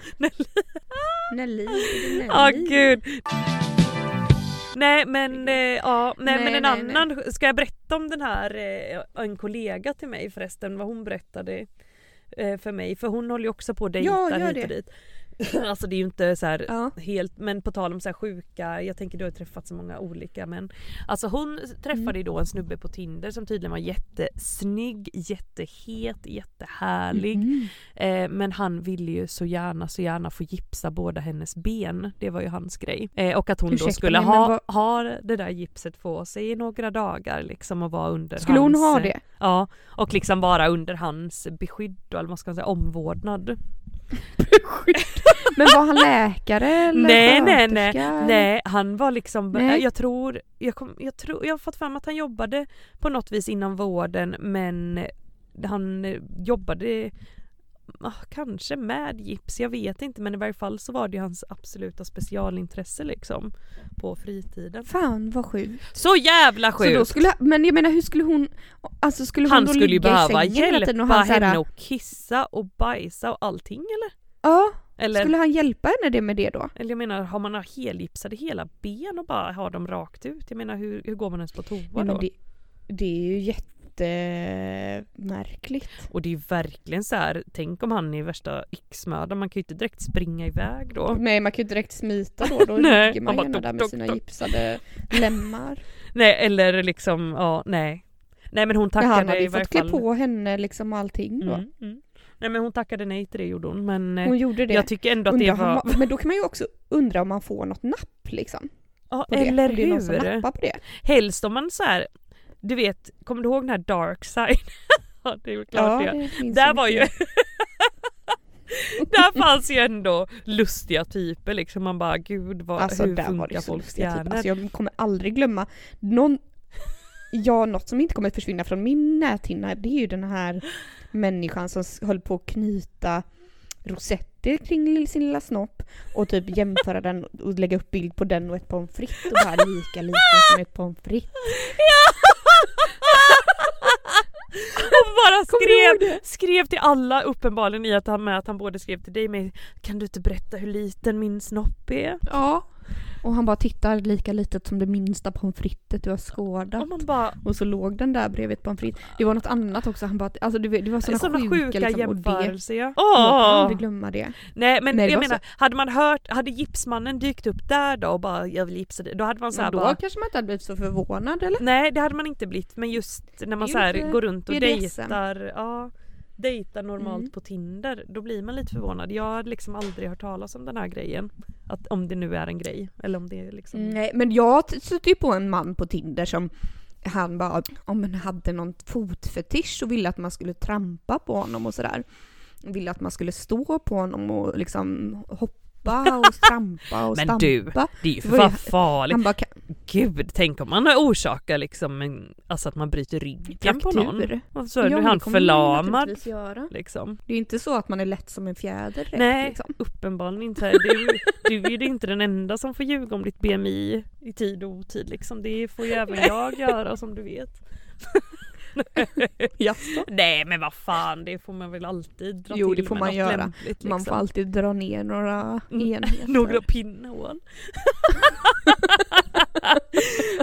S1: är det Nelly.
S2: Ja gud. Nej men eh, ja, nej,
S1: Nej,
S2: men en
S1: nej, nej.
S2: annan, ska jag berätta om den här, eh, en kollega till mig förresten vad hon berättade eh, för mig för hon håller ju också på att dejta
S1: Ja, gör
S2: hit och dit. Alltså det är ju inte så här
S1: Ja.
S2: helt, men på tal om så här sjuka, jag tänker du har ju träffat så många olika men Alltså hon träffade ju
S1: Mm.
S2: då en snubbe på Tinder som tydligen var jättesnygg, jättehet, jättehärlig.
S1: Mm-hmm.
S2: Eh, men han ville ju så gärna, så gärna få gipsa båda hennes ben. Det var ju hans grej. Eh, och att hon
S1: Ursäkta
S2: då skulle
S1: mig,
S2: ha,
S1: men
S2: ha det där gipset på sig i några dagar liksom och vara under
S1: Skulle hon
S2: hans... eh,
S1: ha det?
S2: Ja, och liksom vara under hans beskydd då, eller vad ska man säga, omvårdnad.
S1: Men var han läkare eller
S2: Nej, nej, nej.
S1: sköterska eller?
S2: Nej, han var liksom,
S1: Nej.
S2: jag tror, jag, kom, jag tror, jag har fått fram att han jobbade på något vis inom vården men han eh, jobbade ah, kanske med gips, jag vet inte men i varje fall så var det ju hans absoluta specialintresse liksom på fritiden.
S1: Fan vad sjukt.
S2: Så jävla
S1: Så då
S2: sjukt!
S1: skulle, men jag menar hur skulle hon, alltså skulle hon
S2: Han
S1: då
S2: skulle ju
S1: ligga i
S2: behöva
S1: sängen hela tiden
S2: hjälpa
S1: och han så här,
S2: henne att kissa och bajsa och allting eller?
S1: Ja,
S2: Eller,
S1: skulle han hjälpa henne det med det då?
S2: eller jag menar, har man helgipsade hela ben och bara har dem rakt ut? Jag menar hur, hur går man ens på toa
S1: Nej,
S2: då?
S1: men det, det är ju jättemärkligt.
S2: Och det är ju verkligen så här, tänk om han är värsta yxmördaren, man kan ju inte direkt springa iväg då.
S1: Nej man kan ju inte direkt smita då, då
S2: Nej,
S1: ligger man
S2: han bara
S1: gärna
S2: tok,
S1: där med
S2: tok,
S1: sina
S2: tok.
S1: gipsade lemmar.
S2: Nej eller liksom, ja nej. Nej men hon
S1: Ja,
S2: tackade
S1: han hade
S2: i
S1: ju
S2: varje
S1: fått klä
S2: fall.
S1: på henne liksom och allting då.
S2: Mm, mm. Nej men hon tackade nej till det gjorde hon men eh,
S1: Hon gjorde det.
S2: jag tycker ändå att
S1: Undrar
S2: det
S1: om
S2: var...
S1: man- men då kan man ju också undra om man får något napp liksom.
S2: Ja
S1: På
S2: eller
S1: det. Om det är någon som
S2: hur?
S1: nappar på det.
S2: Helst om man så här, du vet, kommer du ihåg den här dark side? ja det är väl klart det.
S1: minns
S2: Där
S1: jag
S2: var ju...
S1: mycket.
S2: där fanns ju ändå lustiga typer liksom man bara gud vad,
S1: Alltså
S2: hur
S1: där var det
S2: funkar
S1: ju så
S2: folks
S1: lustiga typ.
S2: hjärnor?
S1: Alltså jag kommer aldrig glömma någon... Ja, något som inte kommer att försvinna från min näthinna det är ju den här människan som s- höll på att knyta rosetter kring sin lilla snopp och typ jämföra den och lägga upp bild på den och ett pommes frites och bara lika liten som ett pommes frites.
S2: Och bara
S1: Kommer du
S2: skrev, skrev till alla uppenbarligen i att han, med att han både skrev till dig men kan du inte berätta hur liten min snopp är?
S1: Ja. Och han bara tittar lika litet som det minsta pommes frites du har skådat.
S2: Och man bara
S1: Och så låg den där bredvid ett pommes frites. Det var något annat också, han bara, alltså det, det var sådana,
S2: sådana
S1: sjuka,
S2: sjuka,
S1: liksom, och det.
S2: jämförelser. ja.
S1: Jag kan
S2: Åh!
S1: aldrig glömma det.
S2: Nej men
S1: Nej, det
S2: jag
S1: var
S2: menar, hade man hört, hade gipsmannen dykt upp där då och bara jag vill gipsa dig, då hade man
S1: Men
S2: såhär
S1: då
S2: bara
S1: kanske man inte hade blivit så förvånad eller?
S2: Nej det hade man inte blivit men just när man
S1: ju
S2: så här
S1: lite
S2: går runt och
S1: BDSM.
S2: dejtar, ja, dejtar normalt
S1: Mm.
S2: på Tinder då blir man lite förvånad. Jag har liksom aldrig hört talas om den här grejen. Att, om det nu är en grej eller om det är liksom...
S1: Nej, men jag t- stötte ju på en man på Tinder som han bara om han hade någon fotfetisch och ville att man skulle trampa på honom och sådär. Ville att man skulle stå på honom och liksom hoppa och trampa och
S2: Men
S1: stampa.
S2: du, Det är
S1: Det
S2: ju för
S1: var ju-
S2: fan farligt.
S1: Han bara, "Ka-
S2: Gud, tänk om man orsakar liksom en, alltså att man bryter ryggen på någon.
S1: fraktur.
S2: Och så
S1: Ja,
S2: är
S1: men
S2: nu
S1: det
S2: han
S1: kommer man
S2: förlamad.
S1: naturligtvis göra.
S2: Liksom.
S1: Det är ju inte så att man är lätt som en fjäder direkt,
S2: Nej,
S1: liksom.
S2: uppenbarligen inte. Du, du är ju inte den enda som får ljuga om ditt BMI i tid och otid. Liksom. Det får ju även jag göra som du vet.
S1: Jaså?
S2: Nej men vad fan, det får man väl alltid dra
S1: Jo,
S2: till
S1: det får
S2: med
S1: man
S2: något
S1: göra.
S2: lämpligt. Liksom.
S1: Man får alltid dra ner några
S2: Mm,
S1: enheter.
S2: Några pinnhål.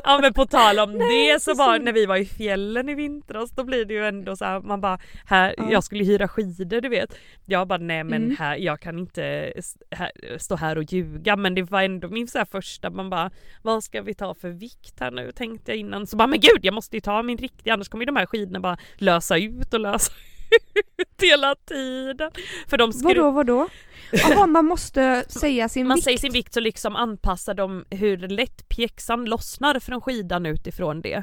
S2: ja men på tal om det så var när vi var i fjällen i vintras då blir det ju ändå så här man bara här,
S1: Ja.
S2: jag skulle hyra skidor du vet. Jag bara nej men
S1: Mm.
S2: här, jag kan inte s- här, stå här och ljuga men det var ändå min så här första man bara vad ska vi ta för vikt här nu tänkte jag innan så bara men gud jag måste ju ta min riktiga annars kommer ju de här skidorna bara lösa ut och lösa ut hela tiden. För de skru-
S1: Vadå, vadå? Jaha, man måste säga sin
S2: man
S1: vikt.
S2: säger sin vikt så liksom anpassar de hur lätt pjäxan lossnar från skidan utifrån det.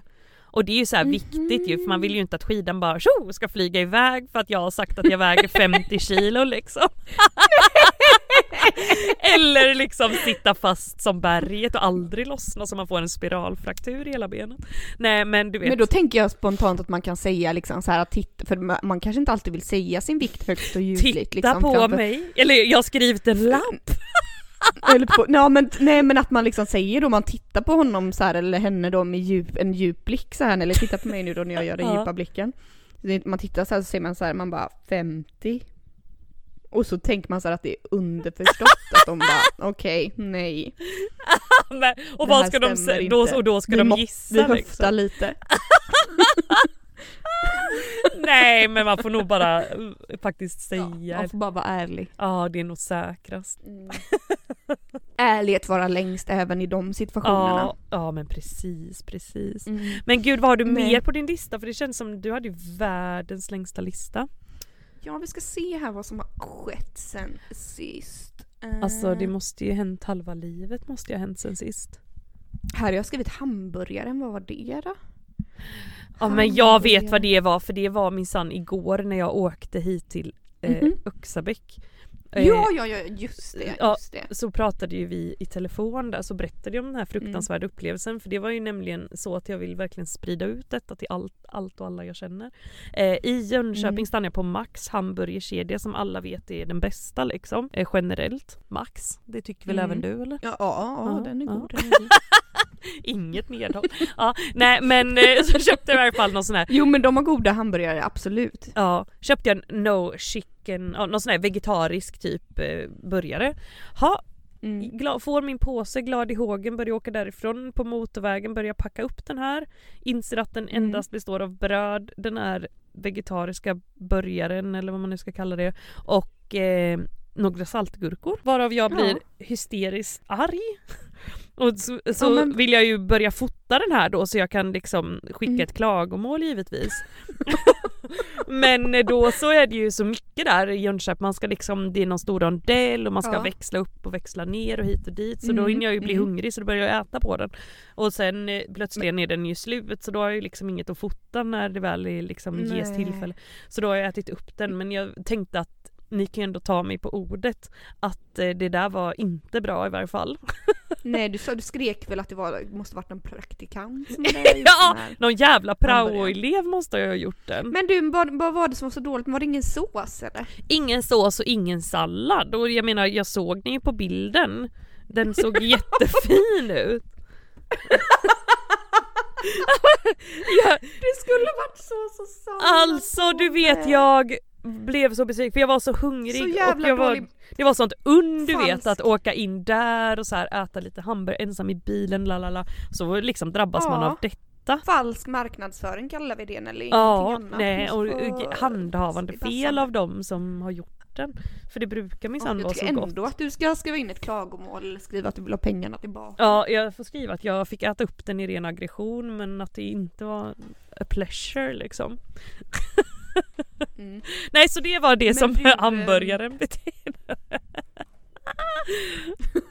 S2: Och det är ju så här
S1: Mhm.
S2: viktigt ju för man vill ju inte att skidan bara tjo, ska flyga iväg för att jag har sagt att jag väger 50 kilo liksom. Eller liksom sitta fast som berget och aldrig lossna så man får en spiralfraktur i hela benet. Nej men du vet.
S1: Men då tänker jag spontant att man kan säga liksom så här att titta, för ma- man kanske inte alltid vill säga sin vikt högt och ljudligt.
S2: Titta
S1: liksom,
S2: på
S1: framför-
S2: mig! Eller jag har skrivit en lapp!
S1: Eller på, nej, men, nej men att man liksom säger då, man tittar på honom så här eller henne då med djup, en djup blick så här eller titta på mig nu då när jag gör den
S2: Ja.
S1: djupa blicken. Det- Man tittar så här så säger man så här, man bara 50. Och så tänker man så här att det är underförstått att de bara okej, nej.
S2: Men, och,
S1: Det
S2: vad
S1: här
S2: ska de,
S1: stämmer
S2: sä- då,
S1: inte.
S2: och då ska
S1: Vi
S2: de
S1: må-
S2: gissa
S1: Vi höftar
S2: liksom.
S1: lite.
S2: Nej men man får nog bara eh, faktiskt säga. Ja,
S1: Man får bara vara ärlig.
S2: det är nog säkrast.
S1: Ärlighet vara längst även i de situationerna.
S2: Ja, ja men precis, precis.
S1: Mm.
S2: Men gud vad har du
S1: Nej.
S2: mer på din lista? För det känns som du hade ju världens längsta lista.
S1: Ja, vi ska se här vad som har skett sen sist. Eh,
S2: Alltså det måste ju hänt halva livet måste ju ha hänt sen sist.
S1: Eh, Här har jag skrivit hamburgaren, vad var det då?
S2: Ja men jag vet vad det var för det var minsann igår när jag åkte hit till eh,
S1: Mhm.
S2: Öxabäck. Eh,
S1: Ja, ja, ja, just det,
S2: ja.
S1: just det.
S2: så pratade ju vi i telefon där så berättade jag om den här fruktansvärda
S1: Mm.
S2: upplevelsen för det var ju nämligen så att jag vill verkligen sprida ut detta till allt, allt och alla jag känner. Eh, I Jönköping
S1: Mm.
S2: stannade jag på Max hamburgerkedja som alla vet är den bästa liksom eh, generellt. Max, det tycker väl
S1: Mm.
S2: även du eller?
S1: Ja, ja,
S2: Ja,
S1: ja, den är
S2: ja.
S1: god. Den är god.
S2: Inget medhåll. ja, nej men eh, så köpte jag i alla fall någon sån här
S1: Jo, men de har goda hamburgare, absolut.
S2: Ja, köpte jag en no chicken, ja, någon sån här vegetarisk typ eh, burgare. Ha,
S1: Mm.
S2: Gla- får min påse glad i hågen, börjar åka därifrån på motorvägen, börjar packa upp den här. Inser att den
S1: Mm.
S2: endast består av bröd, den här vegetariska burgaren eller vad man nu ska kalla det och eh, några saltgurkor. Varav jag
S1: Ja.
S2: blir hysteriskt arg. Och så, så
S1: Ja, men-
S2: vill jag ju börja fota den här då så jag kan liksom skicka
S1: Mm.
S2: ett klagomål givetvis. Men då så är det ju så mycket där i Jönköping, man ska liksom, det är någon stor rondell och man ska
S1: Ja.
S2: växla upp och växla ner och hit och dit så då
S1: Mm,
S2: hinner jag ju bli
S1: mm.
S2: hungrig så då börjar jag äta på den. Och sen eh, plötsligen är den ju slut så då har jag ju liksom inget att fota när det väl är, liksom, ges
S1: Nej.
S2: tillfälle. Så då har jag ätit upp den men jag tänkte att ni kan ju ändå ta mig på ordet att eh, det där var inte bra i varje fall.
S1: Nej du, sa, du skrek väl att det var, måste varit en praktikant som
S2: Ja!
S1: ja.
S2: Någon jävla
S1: början.
S2: praoelev måste jag ha gjort den.
S1: Men du, vad, vad var det som var så dåligt? Var det ingen sås eller?
S2: Ingen sås och ingen sallad och jag menar jag såg den ju på bilden. Den såg jättefin ut. jag,
S1: Det skulle varit sås och sallad.
S2: Alltså du vet jag blev så besviken för jag var så hungrig
S1: Så jävla
S2: och jag var,
S1: dålig.
S2: det var sånt und du
S1: Falskt.
S2: vet att åka in där och så här äta lite hamburgare ensam i bilen la la la så liksom drabbas
S1: Ja.
S2: man av detta.
S1: Falsk marknadsföring kallar vi det eller
S2: Ja,
S1: ingenting annat.
S2: nej
S1: Just
S2: och
S1: för-
S2: handhavande
S1: det passar
S2: fel
S1: mig.
S2: av dem som har gjort den. För det brukar
S1: Ja,
S2: minsann vara
S1: Jag
S2: så
S1: tycker
S2: gott.
S1: ändå att du ska skriva in ett klagomål eller skriva att du vill ha pengarna tillbaka.
S2: Ja, jag får skriva att jag fick äta upp den i ren aggression men att det inte var a pleasure liksom.
S1: Mm.
S2: Nej, så det var det
S1: Men
S2: som
S1: du, eh,
S2: hamburgaren betyder.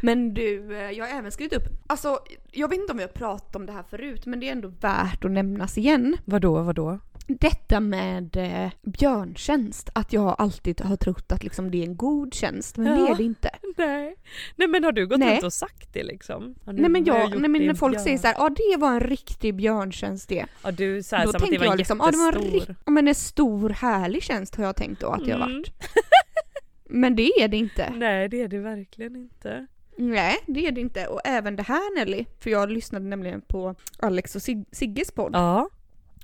S1: Men du, eh, jag har även skrivit upp, alltså jag vet inte om jag har pratat om det här förut men det är ändå värt att nämnas igen.
S2: Vadå, vadå?
S1: Detta med eh, björntjänst, att jag alltid har trott att liksom, det är en god tjänst men det
S2: Ja.
S1: är det inte.
S2: Nej. Nej men har du gått
S1: Nej.
S2: runt och sagt det liksom? Ja, nu
S1: Nej men,
S2: har
S1: jag,
S2: gjort
S1: nej, men
S2: det,
S1: när folk
S2: ja.
S1: säger så här, ja det var en riktig björntjänst det.
S2: Ja du så här,
S1: då
S2: som att det
S1: tänker
S2: var
S1: jag liksom, ja det var en,
S2: jättestor.
S1: rikt- ja, men en stor härlig tjänst har jag tänkt då att det har
S2: Mm.
S1: varit. Men det är det inte.
S2: Nej det är det verkligen inte.
S1: Nej, det är det inte. Och även det här Nelly, för jag lyssnade nämligen på Alex och Sig- Sigges podd.
S2: Ja.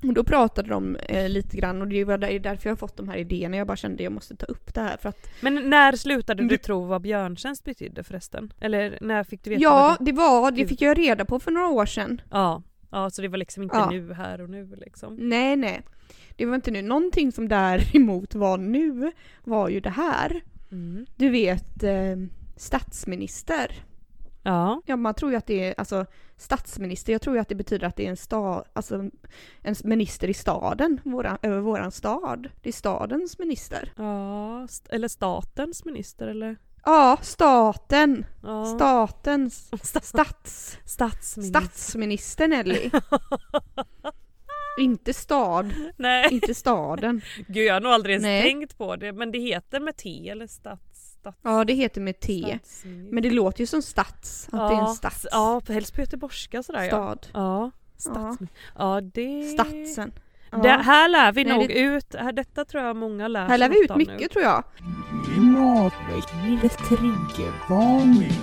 S1: Och då pratade de eh, lite grann och det var där, därför jag har fått de här idéerna. Jag bara kände jag måste ta upp det här för att...
S2: Men när slutade du,
S1: Du-
S2: tro vad björntjänst betydde förresten? Eller när fick du veta?
S1: Ja,
S2: Vad det...
S1: det var, det fick jag reda på för några år sedan.
S2: ja. Ja så det var liksom inte
S1: Ja. Mm.
S2: nu här och nu liksom.
S1: Nej, nej. Det var inte nu. Någonting som däremot var nu var ju det här.
S2: Mm.
S1: Du vet, eh, statsminister.
S2: Ja.
S1: Ja, man tror ju att det är, alltså statsminister, jag tror ju att det betyder att det är en stad, alltså en minister i staden, våran, över våran stad. Det är stadens minister.
S2: Ja, st- eller statens minister eller?
S1: Ja, staten.
S2: Ja.
S1: Statens.
S2: Sta-
S1: Stats.
S2: statsminister.
S1: Statsministern Nelly. inte stad,
S2: Nej,
S1: inte staden.
S2: gud jag har nog aldrig ens
S1: Nej.
S2: tänkt på det men det heter med T eller stats... stats
S1: Ja, det heter med T.
S2: statsminister.
S1: Men det låter ju som stats, att det är en stats.
S2: Ja, helst på göteborgska sådär ja.
S1: Stad.
S2: Ja, stats. Ja, det...
S1: Statsen. Ja.
S2: Det, här lär vi
S1: Nej,
S2: nog
S1: det-
S2: ut, här, detta tror jag många lär
S1: Här lär
S2: sig
S1: vi ut
S2: något om
S1: mycket tror jag.
S5: Klimatväckande triggervarning.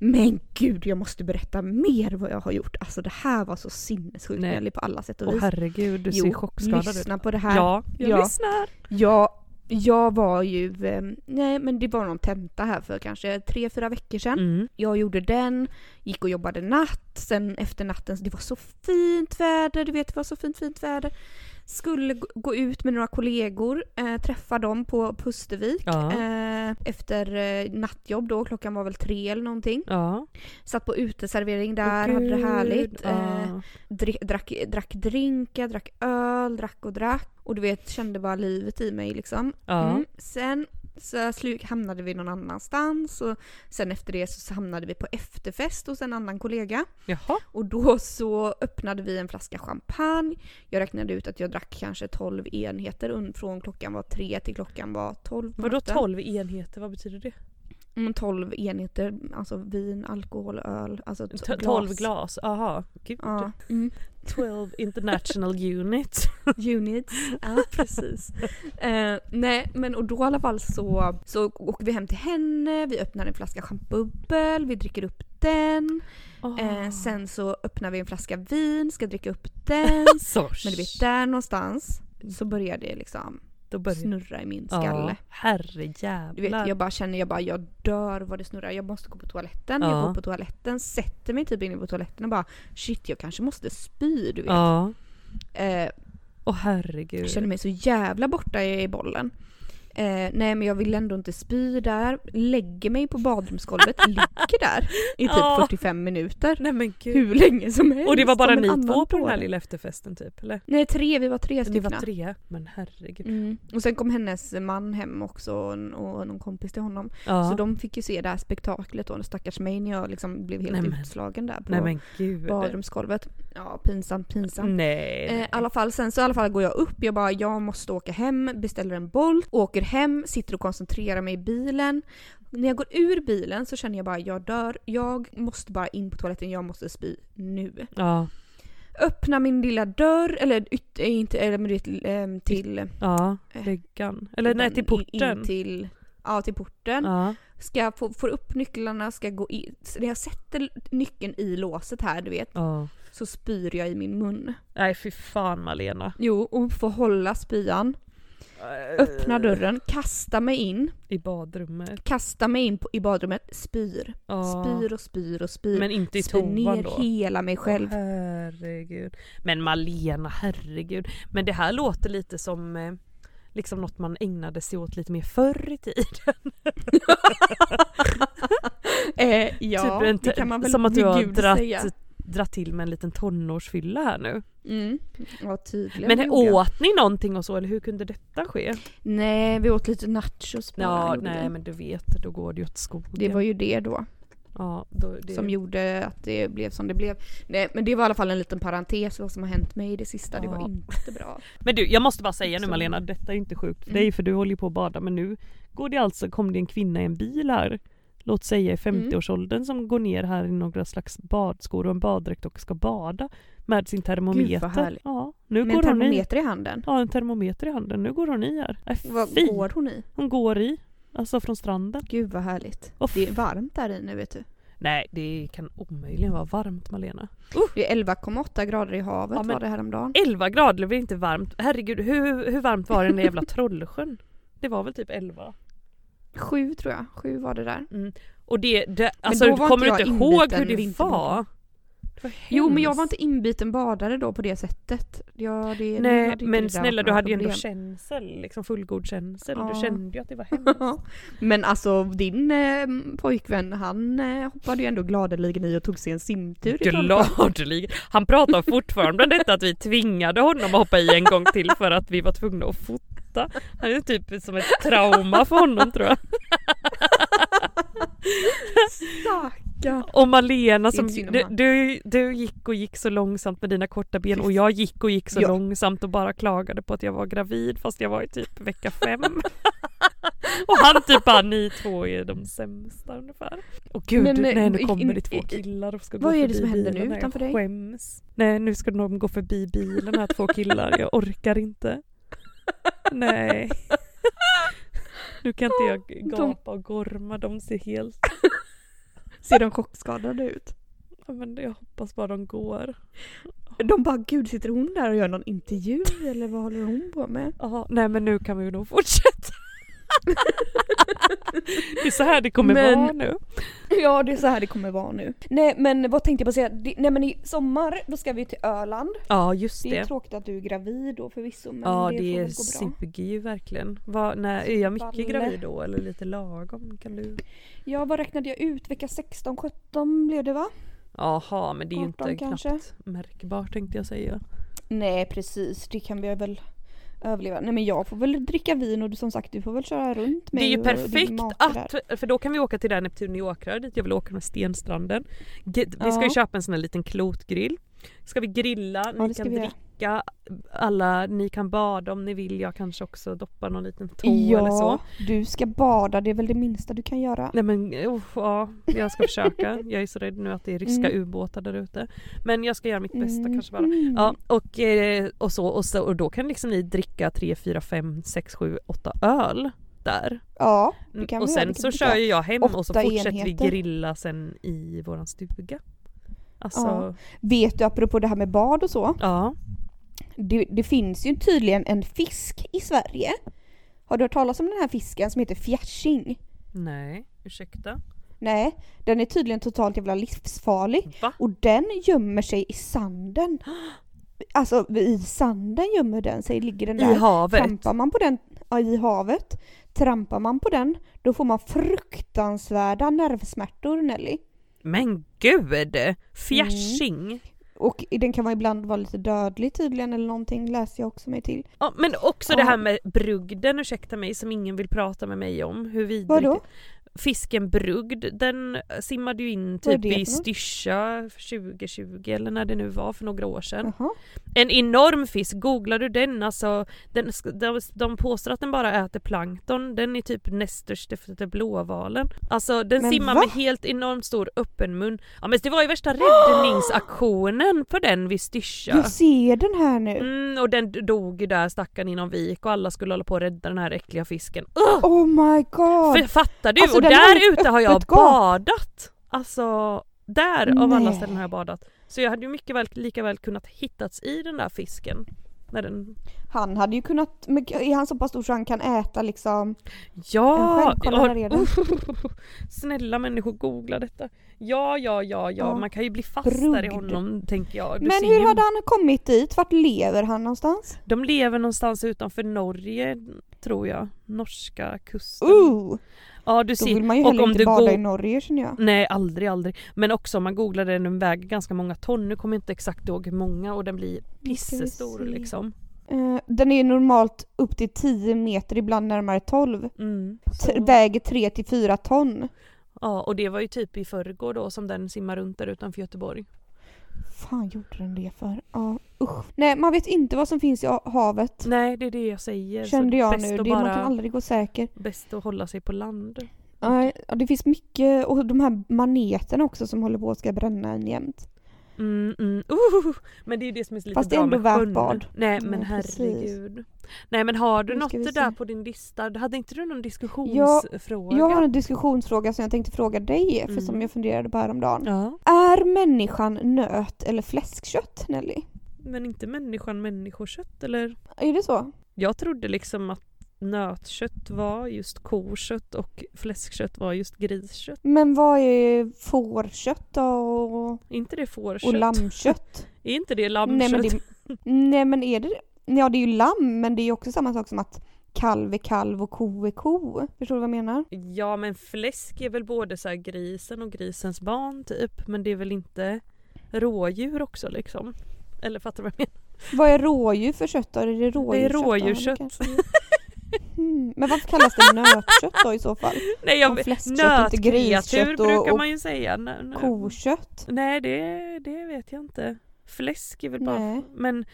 S1: Men gud, jag måste berätta mer vad jag har gjort. Alltså det här var så sinnessjukt
S2: Nej.
S1: Nelly på alla sätt
S2: nu.
S1: och
S2: Åh
S1: vis.
S2: herregud, du ser chockskadad ut.
S1: lyssna på det här.
S2: Ja, jag
S1: Ja.
S2: lyssnar.
S1: Jag, jag var ju, eh, nej men det var någon tenta här för kanske tre, fyra veckor sedan.
S2: Mm.
S1: Jag gjorde den, gick och jobbade natt, sen efter natten, det var så fint väder, du vet det var så fint fint väder. Skulle g- gå ut med några kollegor, eh, träffa dem på Pustervik.
S2: Ja.
S1: Eh, efter eh, nattjobb då, klockan var väl tre eller någonting.
S2: Ja.
S1: Satt på uteservering
S2: Åh,
S1: där, hade det
S2: gud,
S1: härligt.
S2: Ja.
S1: Eh, dri- drack, drack drinkar, drack öl, drack och drack. Och du vet, kände bara livet i mig liksom.
S2: Ja.
S1: Mm. Sen så sluk, hamnade vi någon annanstans och sen efter det så hamnade vi på efterfest hos en annan kollega.
S2: Jaha.
S1: Och då så öppnade vi en flaska champagne. Jag räknade ut att jag drack kanske 12 enheter un- från klockan var tre till klockan var 12 på
S2: Vadå
S1: natten.
S2: 12 enheter, vad betyder det?
S1: Mm, 12 enheter, alltså vin, alkohol, öl, alltså t-
S2: T- 12 glas, aha. Gud.
S1: Ja, mm.
S2: 12 international units.
S1: units. Ja, precis. Eh, nej, men och då i alla fall så, så åker vi hem till henne, vi öppnar en flaska champagnebubbel, vi dricker upp den.
S2: Oh.
S1: Eh, sen så öppnar vi en flaska vin, ska dricka upp den.
S2: Sors.
S1: men du vet, där någonstans så börjar det liksom
S2: Då Mm. börjar
S1: snurra i min skalle.
S2: herrejävlar.
S1: Du vet, jag bara känner, jag bara jag dör vad det snurrar. Jag måste gå på toaletten.
S2: Ja.
S1: Jag går på toaletten, sätter mig typ inne på toaletten och bara shit jag kanske måste spy du vet.
S2: Ja.
S1: Eh,
S2: Åh herregud.
S1: jag känner mig så jävla borta i i bollen. Eh, nej men jag vill ändå inte spy där. Lägger mig på badrumsgolvet, ligger där i typ
S2: Ja.
S1: 45 minuter.
S2: Nej men gud.
S1: Hur länge som helst.
S2: Och det var bara
S1: som en
S2: ni
S1: annan
S2: två på den här
S1: dåre.
S2: lilla efterfesten typ eller?
S1: Nej tre, vi var tre
S2: Ni
S1: stycken.
S2: var tre? typ. Men herregud.
S1: Mm. Och sen kom hennes man hem också och, och någon kompis till honom.
S2: Ja.
S1: Mm. Så de fick ju se det här spektaklet då, stackars mig när jag liksom blev helt
S2: Nej, men-
S1: utslagen där på
S2: Nej men gud.
S1: badrumsgolvet. Ja, pinsamt, pinsamt.
S2: Nej.
S1: Eh, I alla fall, sen så i alla fall går jag upp, jag bara jag måste åka hem, beställer en Bolt, åker hem, sitter och koncentrerar mig i bilen. När jag går ur bilen så känner jag bara jag dör, jag måste bara in på toaletten, jag måste spy nu.
S2: Ja.
S1: Öppnar min lilla dörr, eller yt- eh, inte, eller men du vet, ehm, till...
S2: Ja.
S1: Eh.
S2: Läggan. Eller nej, till
S1: in- in
S2: porten.
S1: till, ja, till porten.
S2: Ja.
S1: Ska jag få, får upp nycklarna, ska gå in. Så När jag sätter nyckeln i låset här, du vet,
S2: ja.
S1: så spyr jag i min mun.
S2: Nej fy fan Malena.
S1: Jo, och får hålla spyan.
S2: Eh.
S1: Öppna dörren, kasta mig in,
S2: I badrummet.
S1: kasta mig in på, i badrummet, spyr.
S2: Ja.
S1: Spyr och spyr och spyr.
S2: Men inte i
S1: spyr
S2: toan
S1: ner
S2: då?
S1: hela mig själv.
S2: Herregud. Men Malena, herregud. Men det här låter lite som eh, liksom något man ägnade sig åt lite mer förr i tiden.
S1: Eh, ja,
S2: Typ en-
S1: det kan man väl
S2: som att du
S1: vid
S2: har
S1: Gud
S2: dratt-
S1: säga.
S2: Dra till med en liten tonårsfylla här nu.
S1: Mm. Ja, tydligen.
S2: Men
S1: det gjorde jag.
S2: åt ni någonting och så eller hur kunde detta ske?
S1: Nej, vi åt lite nachos bara.
S2: Ja,
S1: gjorde
S2: nej
S1: vi.
S2: men du vet, då går det ju åt skogen.
S1: Det var ju det då
S2: ja, då, det...
S1: som gjorde att det blev som det blev. Nej, men det var i alla fall en liten parentes vad som har hänt mig i det sista. Det var
S2: Ja.
S1: inte bra.
S2: Men du, jag måste bara säga nu
S1: Så-
S2: Malena, detta är ju inte sjukt för
S1: Mm.
S2: dig för du håller ju på att bada men nu går det alltså, kom det en kvinna i en bil här, låt
S1: Mm.
S2: säga i 50-årsåldern som går ner här i några slags badskor och en baddräkt och ska bada med sin termometer.
S1: Gud, vad härligt.
S2: Ja, nu
S1: Med en
S2: går hon i.
S1: termometer i handen.
S2: Ja, en termometer i handen. Nu går hon i här. Äh,
S1: Vad
S2: fy!
S1: går hon i?
S2: Hon går i. Alltså från stranden.
S1: Gud vad härligt.
S2: Och f-
S1: Det är varmt där i nu vet du.
S2: Nej, det kan omöjligen vara varmt Malena.
S1: Det är 11,8 grader i havet
S2: Ja, men-
S1: var det häromdagen.
S2: 11 grader det blir inte varmt. Herregud, hur, hur varmt var det i den där jävla Trollsjön? Det var väl typ 11?
S1: Sju tror jag. Sju var det där.
S2: Och det, det alltså
S1: då var
S2: kommer du
S1: inte
S2: inte
S1: jag
S2: ihåg
S1: inbiten
S2: hur det
S1: vinterbaden.
S2: var? Det var
S1: Jo men jag
S2: hemskt.
S1: var inte inbiten badare då på det sättet. Ja, det, det hade
S2: Nej
S1: inte det
S2: men
S1: där
S2: snälla
S1: varit
S2: du
S1: några
S2: hade ju ändå
S1: problem.
S2: känsel, liksom fullgod känsel.
S1: Ja.
S2: Du kände ju att det var hemskt.
S1: Men alltså din eh, pojkvän han eh, hoppade ju ändå gladeligen i och tog sig en simtur i Trollhättan.
S2: Gladeligen. Han pratar fortfarande om detta att vi tvingade honom att hoppa i en gång till för att vi var tvungna att fota. Han är typ som ett trauma för honom tror jag.
S1: Stackarn.
S2: Och Malena som,
S1: Inte synd om
S2: du,
S1: han.
S2: du, du gick och gick så långsamt med dina korta ben och jag gick och gick så
S1: Ja.
S2: långsamt och bara klagade på att jag var gravid fast jag var i typ vecka fem. och han typ bara ni två är de sämsta ungefär. Och gud,
S1: Men, eh,
S2: nej nu
S1: i-
S2: kommer det
S1: i-
S2: två
S1: i-
S2: killar och ska
S1: vad
S2: gå
S1: är det som
S2: förbi
S1: händer
S2: bilen
S1: nu
S2: här.
S1: utanför dig?
S2: Jag skäms. Nej nu ska de gå förbi bilen här två killar, jag orkar inte. Nej. Nu kan inte jag
S1: De-
S2: gapa och gorma, de ser helt
S1: Ser de chockskadade ut?
S2: Ja, Men jag hoppas bara de går.
S1: De bara gud sitter hon där och gör någon intervju eller vad håller hon på med?
S2: Jaha, nej men nu kan vi nog fortsätta. det är så här det kommer
S1: Men-
S2: vara nu.
S1: Ja det är så här det kommer vara nu. Nej men vad tänkte jag på säga? Det- Nej men i sommar då ska vi till Öland.
S2: Ja just
S1: Det är tråkigt att du är gravid då förvisso men
S2: Ja
S1: det,
S2: det,
S1: får väl gå bra.
S2: suger ju verkligen. Va, nej, är jag mycket
S1: Valle.
S2: gravid då eller lite lagom? Kan du?
S1: Ja vad räknade jag ut? Vecka 16, 17 blev det va?
S2: Jaha men det är ju inte
S1: 18 kanske?
S2: knappt märkbart tänkte jag säga.
S1: Nej precis, det kan vi väl överleva. Nej men jag får väl dricka vin och du som sagt du får väl köra runt
S2: Det
S1: mig
S2: är ju
S1: och- och din
S2: perfekt
S1: make där.
S2: att, för då kan vi åka till den Neptun i Åkra dit jag vill åka med Stenstranden. Ge- Vi ska ju
S1: Ja.
S2: köpa en sån här liten klotgrill. Ska vi grilla,
S1: Ja,
S2: ni
S1: det ska
S2: kan
S1: vi göra.
S2: dricka, alla, ni kan bada om ni vill, jag kanske också doppar någon liten tå eller så.
S1: Ja, du ska bada, det är väl det minsta du kan göra.
S2: Nej men oh, ja, jag ska försöka. Jag är så rädd nu att det är ryska
S1: Mm.
S2: ubåtar där ute. Men jag ska göra mitt bästa kanske bara. Ja,
S1: Mm.
S2: och, eh, och, så, och, så, och då kan liksom ni dricka 3, 4, 5, 6, 7, 8 öl där. Mm,
S1: Ja, det kan
S2: och
S1: vi
S2: sen
S1: göra. Vi kan
S2: så
S1: dricka
S2: kör ju jag hem och så
S1: åtta
S2: fortsätter
S1: enheter.
S2: vi grilla sen i våran stuga. Alltså,
S1: Ja. Vet du apropå det här med bad och så,
S2: ja.
S1: det, det finns ju tydligen en fisk i Sverige. Har du hört talas om den här fisken som heter fjärsing?
S2: Nej, ursäkta.
S1: Nej, den är tydligen totalt jävla livsfarlig.
S2: Va?
S1: Och den gömmer sig i sanden. Alltså i sanden gömmer den sig, ligger den
S2: I
S1: där.
S2: havet?
S1: Trampar man på den, ja, i havet, trampar man på den, då får man fruktansvärda nervsmärtor Nelly.
S2: Men gud!
S1: Mm.
S2: Fjärsing!
S1: Och den kan vara ibland vara lite dödlig tydligen eller någonting läser jag också mig till.
S2: Ja, men också
S1: Ja.
S2: det här med brugden, ursäkta mig, som ingen vill prata med mig om. Hur vidrigt.
S1: Vadå?
S2: Fisken Brugd, den simmade ju in
S1: Vad är
S2: typ
S1: det för
S2: i
S1: något?
S2: Styrsö 2020 eller när det nu var för några år sedan.
S1: Jaha.
S2: En enorm fisk, googlar du den alltså, den, de, de påstår att den bara äter plankton, den är typ näst störst efter blåvalen. Alltså den
S1: Men
S2: simmar
S1: va?
S2: med helt enormt stor öppen mun. Ja men det var ju värsta räddningsaktionen på den vid Styrsö.
S1: Jag ser den här nu.
S2: Mm, och den dog ju där stackaren i någon vik och alla skulle hålla på och rädda den här äckliga fisken. Ugh!
S1: Oh my god!
S2: För, fattar du?
S1: Alltså,
S2: och
S1: den har ju
S2: där
S1: ett
S2: ute har jag
S1: öppet gap.
S2: badat! Alltså där av alla
S1: Nej.
S2: ställen har jag badat. Så jag hade ju mycket väl, lika väl kunnat hittats i den där fisken. När den...
S1: Han hade ju kunnat, men är han så pass stor så han kan äta liksom? Jag
S2: Ja!
S1: själv kollar
S2: ja,
S1: här redan.
S2: snälla människor googla detta. Ja, ja, ja, ja,
S1: Ja.
S2: man kan ju bli fast där i
S1: Brugd.
S2: honom tänker jag. Du
S1: men
S2: ser
S1: hur
S2: ju-
S1: hade han kommit dit? Vart lever han någonstans?
S2: De lever någonstans utanför Norge tror jag. Norska kusten.
S1: Ooh!
S2: Ja du
S1: Då
S2: ser.
S1: vill man ju
S2: och
S1: heller
S2: om
S1: inte
S2: du
S1: bada
S2: går-
S1: i Norge känner jag.
S2: Nej aldrig, aldrig. Men också om man googlar den, den väger ganska många ton. Nu kommer jag inte exakt ihåg hur många och den blir
S1: Nu ska vi
S2: pissestor
S1: se.
S2: liksom.
S1: Eh, den är ju normalt upp till 10 meter, ibland närmare 12.
S2: Mm.
S1: T-
S2: Så-
S1: väger 3 till 4 ton.
S2: Ja och det var ju typ i förrgår då som den simmar runt där utanför Göteborg.
S1: fan gjorde den det för? Ja, usch. Nej, man vet inte vad som finns i ha- havet.
S2: Nej det är det jag säger. Så
S1: Kände jag
S2: bäst
S1: nu.
S2: Att
S1: Det,
S2: bara,
S1: Man kan aldrig gå säker.
S2: Bäst att hålla sig på land.
S1: Nej, ja, det finns mycket och de här maneterna också som håller på att ska bränna en jämt.
S2: Mm, mm. Uh, men det är ju det som är lite
S1: Fast det är
S2: bra
S1: ändå
S2: med
S1: värt
S2: sjön.
S1: bad.
S2: Nej men
S1: Ja, precis.
S2: herregud. Nej men har du
S1: Nu
S2: något
S1: ska vi
S2: det
S1: se.
S2: där på din lista? Hade inte du någon diskussionsfråga?
S1: Jag har en diskussionsfråga som jag tänkte fråga dig för
S2: Mm.
S1: som jag funderade på häromdagen.
S2: Ja.
S1: Är människan nöt eller fläskkött Nelly?
S2: Men inte människan människokött eller?
S1: Är det så?
S2: Jag trodde liksom att nötkött var just kokött och fläskkött var just griskött.
S1: Men vad är fårkött och,
S2: Är inte det fårkött?
S1: och lammkött?
S2: Är inte det lammkött?
S1: nej, men det, nej men är det Ja det är ju lamm men det är ju också samma sak som att kalv är kalv och ko är ko. Förstår du vad jag menar?
S2: Ja men fläsk är väl både så här grisen och grisens barn typ men det är väl inte rådjur också liksom? Eller fattar du vad jag menar?
S1: Vad är rådjur för kött då? Är det rådjurskött?
S2: Det
S1: då?
S2: är
S1: Ja, det
S2: rådjurskött.
S1: kanske det är. Hmm. Men varför kallas det nötkött då i så fall?
S2: Nej jag
S1: Och
S2: vet-
S1: fläskkött, inte
S2: Nötkreatur
S1: griskött och-
S2: brukar
S1: och
S2: man ju säga. Nö- nö-
S1: Kokött?
S2: Nej det, det vet jag inte. Fläsk är väl bara...
S1: Nej.
S2: Men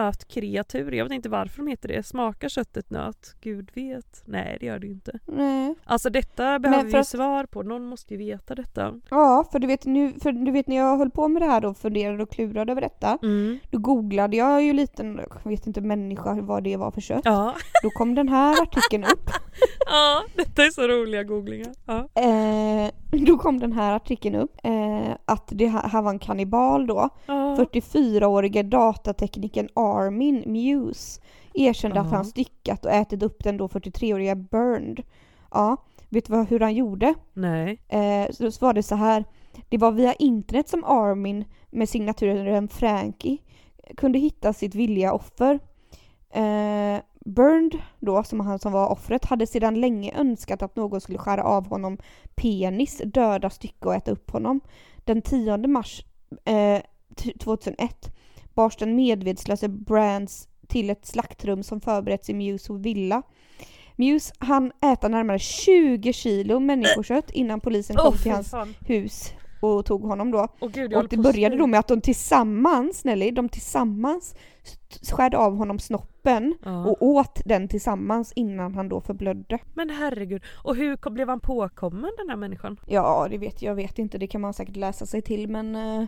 S2: nötkreatur, jag vet inte varför de heter det. Smakar köttet nöt? Gud vet. Nej det gör det ju inte.
S1: Nej.
S2: Alltså detta behöver
S1: för
S2: vi ju
S1: att-
S2: svar på. Någon måste ju veta detta.
S1: Ja, för du vet nu, för du vet när jag höll på med det här och funderade och klurade över detta.
S2: Mm.
S1: Då googlade jag ju lite, jag vet inte människa vad det var för kött.
S2: Ja.
S1: Då kom den här artikeln upp.
S2: ja, detta är så roliga googlingar. Ja.
S1: Eh, då kom den här artikeln upp. Eh, att det här, här var en kannibal då.
S2: Ja.
S1: 44-årige datateknikern Armin Muse erkände att
S2: Ja.
S1: han styckat och ätit upp den då 43-åriga Burned. Ja, vet du vad, hur han gjorde?
S2: Nej.
S1: Eh, så då var det så här. Det var via internet som Armin med signaturen Frankie kunde hitta sitt villiga offer. Eh, Burned då, som han som var offret, hade sedan länge önskat att någon skulle skära av honom penis, döda stycke och äta upp honom. Den 10 mars eh, t- 2001 bars den medvetslöse Brands till ett slaktrum som förberetts i Muse villa. Muse han äta närmare 20 kilo människokött innan polisen kom
S2: Åh
S1: till
S2: fy
S1: hans
S2: fan.
S1: hus och tog honom då.
S2: Åh gud jag
S1: Och det började då med att de tillsammans, Nelly, de tillsammans st- skärde av honom snoppen
S2: Ja.
S1: och åt den tillsammans innan han då förblödde.
S2: Men herregud. Och hur kom- blev han påkommen den här människan?
S1: Ja, det vet jag vet inte, det kan man säkert läsa sig till men eh,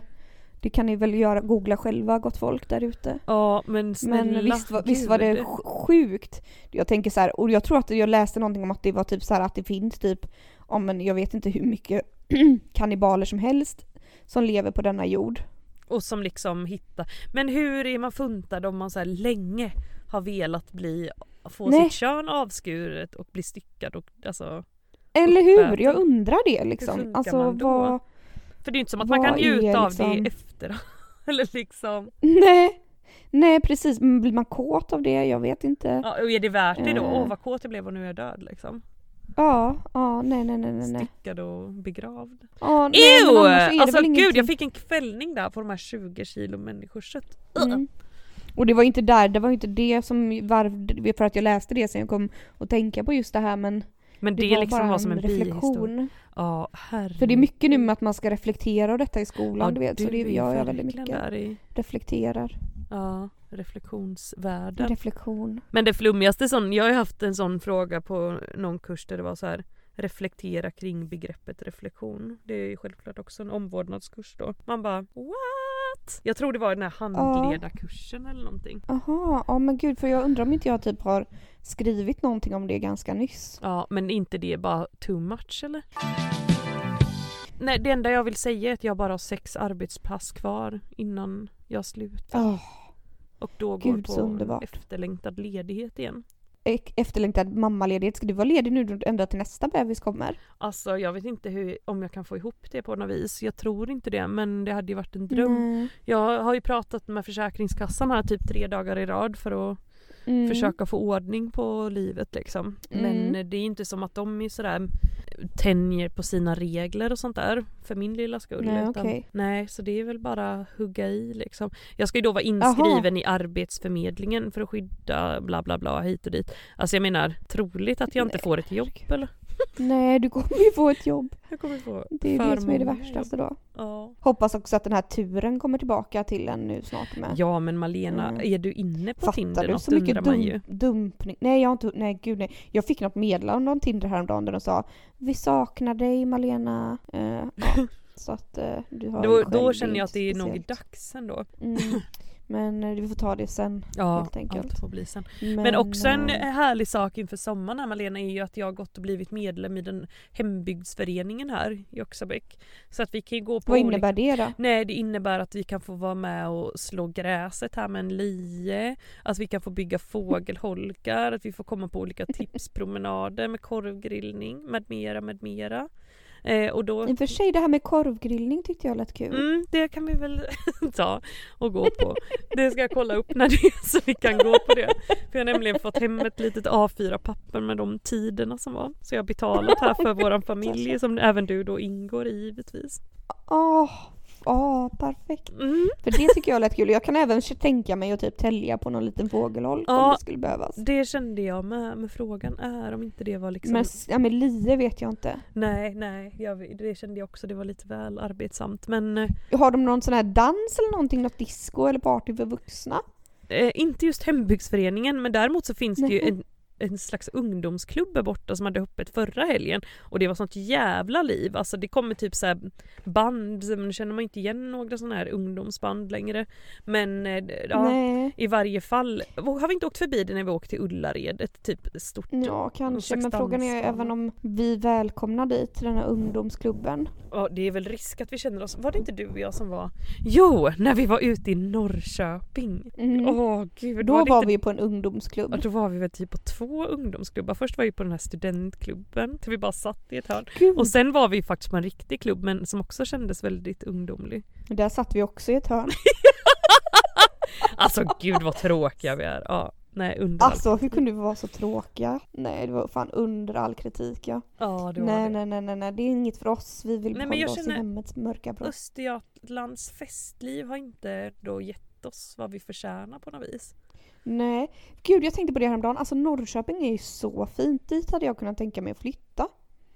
S1: det kan ni väl göra, googla själva gott folk där ute.
S2: Ja men snälla.
S1: Men visst, var- visst var det
S2: gud.
S1: sj- sjukt? Jag tänker så här, och jag tror att jag läste någonting om att det var typ så här att det finns typ, ja men jag vet inte hur mycket kannibaler som helst som lever på denna jord.
S2: Och som liksom hittar. Men hur är man funtad om man så här länge har velat bli få
S1: Nej.
S2: sitt kön avskuret och bli styckad och alltså.
S1: Eller hur?
S2: Uppäten.
S1: Jag undrar det liksom.
S2: typ. Hur funkar
S1: alltså
S2: man då?
S1: vad...
S2: För det är ju inte som att man
S1: Vad
S2: kan njuta
S1: är
S2: av det
S1: liksom-
S2: i efter. Eller liksom.
S1: Nej. Nej precis, men blir man kåt av det? Jag vet inte.
S2: Ja, och är det värt det då?
S1: Eh.
S2: Åh vad kåt jag blev och nu är jag död liksom.
S1: Ja, ja, nej nej nej nej. nej.
S2: Styckad och begravd.
S1: Ja, nej, men
S2: Ew!
S1: annars är det
S2: Alltså
S1: väl
S2: gud
S1: ingenting-
S2: jag fick en kvällning där på de här 20 kilo människokött.
S1: Mm. Och det var ju inte där, det var ju inte det som var för att jag läste det sen jag kom att tänka på just det här men
S2: Men det,
S1: var
S2: är liksom
S1: bara
S2: var som en bihistoria.
S1: reflektion.
S2: Ja, herregud.
S1: För det är mycket nu med att man ska reflektera och detta i skolan,
S2: Ja,
S1: du vet. Så det
S2: är
S1: gör jag väldigt
S2: verkligen
S1: mycket.
S2: Där i,
S1: Reflekterar.
S2: ja, reflektionsvärlden.
S1: Reflektion.
S2: Men det flummigaste sån, jag har ju haft en sån fråga på någon kurs där det var så här reflektera kring begreppet reflektion. Det är ju självklart också en omvårdnadskurs då. Man bara what? Jag tror det var den här handledarkursen eller någonting.
S1: Aha, ja men gud för jag undrar om inte jag typ har skrivit någonting om det ganska nyss.
S2: Ja, men inte det bara too much eller? Nej, det enda jag vill säga är att jag bara har sex arbetspass kvar innan jag slutar
S1: Oh,
S2: och då
S1: Gud, så
S2: går på
S1: underbart.
S2: efterlängtad ledighet igen.
S1: efterlängtad mammaledighet. Ska du vara ledig nu ända till nästa bebis kommer?
S2: Alltså jag vet inte hur, om jag kan få ihop det på något vis. Jag tror inte det men det hade ju varit en dröm.
S1: Nej.
S2: Jag har ju pratat med Försäkringskassan här typ tre dagar i rad för att
S1: Mm.
S2: försöka få ordning på livet liksom. Men
S1: Mm.
S2: eh, det är inte som att de är sådär tänjer på sina regler och sånt där för min lilla skull.
S1: Nej,
S2: utan-
S1: okej.
S2: nej, så det är väl bara hugga i liksom. Jag ska ju då vara inskriven i Arbetsförmedlingen för att skydda bla bla bla hit och dit. Alltså jag menar, troligt att jag inte
S1: Nej,
S2: får ett jobb eller?
S1: Nej, du kommer ju få ett jobb.
S2: Jag kommer få
S1: Det är
S2: för
S1: det som är det
S2: många jobb.
S1: värsta då.
S2: Ja.
S1: Hoppas också att den här turen kommer tillbaka till en nu snart med.
S2: ja men Malena,
S1: Mm.
S2: är du inne på
S1: Fattar
S2: Tinder
S1: du
S2: något
S1: så mycket
S2: undrar man ju.
S1: dum, dumpning? Nej, jag har inte, nej gud nej. Jag fick något meddelande om Tinder häromdagen där de sa Vi saknar dig Malena. Eh, ja. Så att eh, du har
S2: Då,
S1: en
S2: då
S1: självbild
S2: känner jag att det är nog
S1: speciellt.
S2: dags ändå.
S1: Mm. Men eh, vi får ta det sen.
S2: Ja,
S1: Helt enkelt.
S2: allt får bli sen. Men också en
S1: eh,
S2: härlig sak inför sommaren här Malena är ju att jag har gått och blivit medlem i den hembygdsföreningen här i Oxabäck. Så att vi kan ju gå på
S1: Vad
S2: olika-
S1: innebär det då?
S2: Nej det innebär att vi kan få vara med och slå gräset här med en lie. Att vi kan få bygga fågelholkar, att vi får komma på olika tipspromenader med korvgrillning med mera med mera. Eh, och då...
S1: I och för sig det här med korvgrillning tyckte jag lät kul.
S2: Mm, det kan vi väl ta och gå på. Det ska jag kolla upp när det är så vi kan gå på det. För jag har nämligen fått hem ett litet A4-papper med de tiderna som var. Så jag har betalat här för våran familj som även du då ingår i givetvis.
S1: Åh, åh, perfekt.
S2: Mm,
S1: För det tycker jag lät kul. Jag kan även tänka mig att typ tälja på någon liten fågelholk
S2: Ja.
S1: om det skulle behövas.
S2: det kände jag med, men frågan är om inte det var liksom...
S1: Men, s- ja, men lie vet jag inte.
S2: Nej, nej, jag, det kände jag också, det var lite väl arbetsamt. Men
S1: Har de någon sån här dans eller någonting? Något disco eller party för vuxna?
S2: Eh, inte just hembygdsföreningen men däremot så finns det ju
S1: Nej.
S2: en, en slags ungdomsklubb här borta som hade öppet förra helgen och det var sånt jävla liv. Alltså det kommer typ så här band, men nu känner man inte igen några sådana här ungdomsband längre. Men eh, d- ja,
S1: Nej.
S2: i varje fall, har vi inte åkt förbi det när vi åkte till Ullared? Ett typ stort
S1: Ja,
S2: någon
S1: kanske.
S2: slags
S1: Men frågan är
S2: dansband.
S1: även om vi välkomnar dig till den här ungdomsklubben.
S2: Ja, det är väl risk att vi känner oss... Var det inte du och jag som var... Jo! När vi var ute i Norrköping.
S1: Mm.
S2: Åh gud.
S1: Då
S2: var det
S1: var
S2: inte
S1: vi ju på en ungdomsklubb.
S2: Ja, då var vi väl typ på två ungdomsklubbar. Först var vi på den här studentklubben där vi bara satt i ett hörn.
S1: Gud.
S2: Och sen var vi faktiskt på en riktig klubb men som också kändes väldigt ungdomlig.
S1: Där satt vi också i ett hörn.
S2: Alltså gud vad tråkiga vi är. Ja, nej under allt.
S1: Alltså hur kunde vi vara så tråkiga? Nej det var fan under all kritik ja.
S2: Ja, det var
S1: Nej,
S2: det.
S1: nej nej nej nej det är inget för oss. Vi vill
S2: Nej, men
S1: behålla
S2: jag
S1: oss
S2: känner-
S1: i hemmets mörka brott.
S2: Östergötlands festliv har inte då gett oss vad vi förtjänar på något vis.
S1: Nej. Gud jag tänkte på det häromdagen. Alltså Norrköping är ju så fint. Dit hade jag kunnat tänka mig att flytta.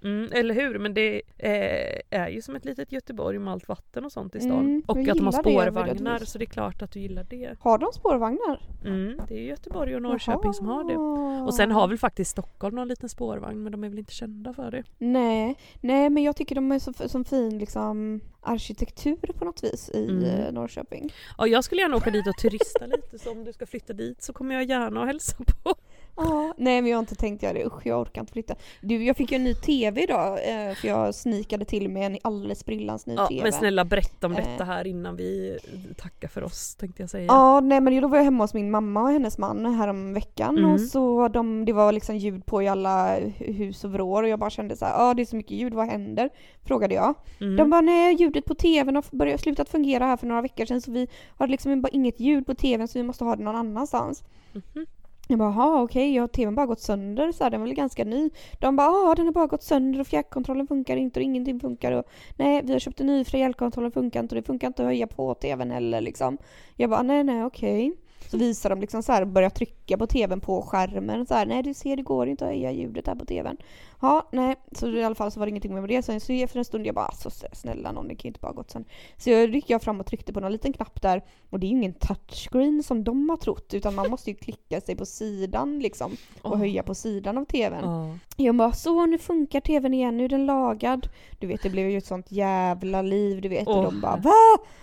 S2: Mm, eller hur? Men det eh, är ju som ett litet Göteborg med allt vatten och sånt i stan.
S1: Mm,
S2: och
S1: jag
S2: att de har
S1: gillar det, jag vill att du-
S2: spårvagnar så det är klart att du gillar det.
S1: Har de spårvagnar?
S2: Mm, det är Göteborg och Norrköping som har det.
S1: Jaha.
S2: Och sen har väl faktiskt Stockholm någon liten spårvagn men de är väl inte kända för det.
S1: Nej, nej men jag tycker de är så, som fin liksom, arkitektur på något vis i
S2: Mm.
S1: eh, Norrköping.
S2: Ja, jag skulle gärna åka dit och turista lite så om du ska flytta dit så kommer jag gärna och hälsa på.
S1: Ja, nej men jag har inte tänkt göra det. Usch jag orkar inte flytta. Du jag fick ju en ny TV idag eh, för jag snikade till med en alldeles sprillans ny
S2: Ja,
S1: TV.
S2: men snälla berätta om detta
S1: Eh.
S2: här innan vi tackar för oss tänkte jag säga.
S1: Ja, nej men då var jag hemma hos min mamma och hennes man härom veckan
S2: Mm.
S1: och så de, det var liksom ljud på i alla hu- hus och vrår och jag bara kände så här, ja det är så mycket ljud, vad händer? Frågade jag.
S2: Mm.
S1: De bara nej, ljudet på tvn har f- börjat slutat fungera här för några veckor sedan så vi har liksom bara inget ljud på tvn så vi måste ha det någon annanstans.
S2: Mhm.
S1: Jag bara jaha okej, ja, tvn bara gått sönder så här, den var väl ganska ny. De bara ja den har bara gått sönder och fjärrkontrollen funkar inte och ingenting funkar och nej vi har köpt en ny fjärrkontroll och funkar inte och det funkar inte att höja på tvn heller liksom. Jag bara nej nej okej. Så visar de liksom så här och börjar trycka trycka på tvn på skärmen. Så här, nej du ser det går inte att höja ljudet här på tvn. Ja, nej. Så i alla fall så var det ingenting med det. Sen så efter en stund jag bara alltså snälla någon det kan ju inte bara ha gått sen. Så jag gick jag fram och tryckte på någon liten knapp där och det är ju ingen touchscreen som de har trott utan man måste ju klicka sig på sidan liksom och
S2: Åh.
S1: höja på sidan av tvn.
S2: Ja.
S1: Jag bara så nu funkar tvn igen, nu är den lagad. Du vet det blev ju ett sånt jävla liv du vet och
S2: Åh.
S1: de bara va?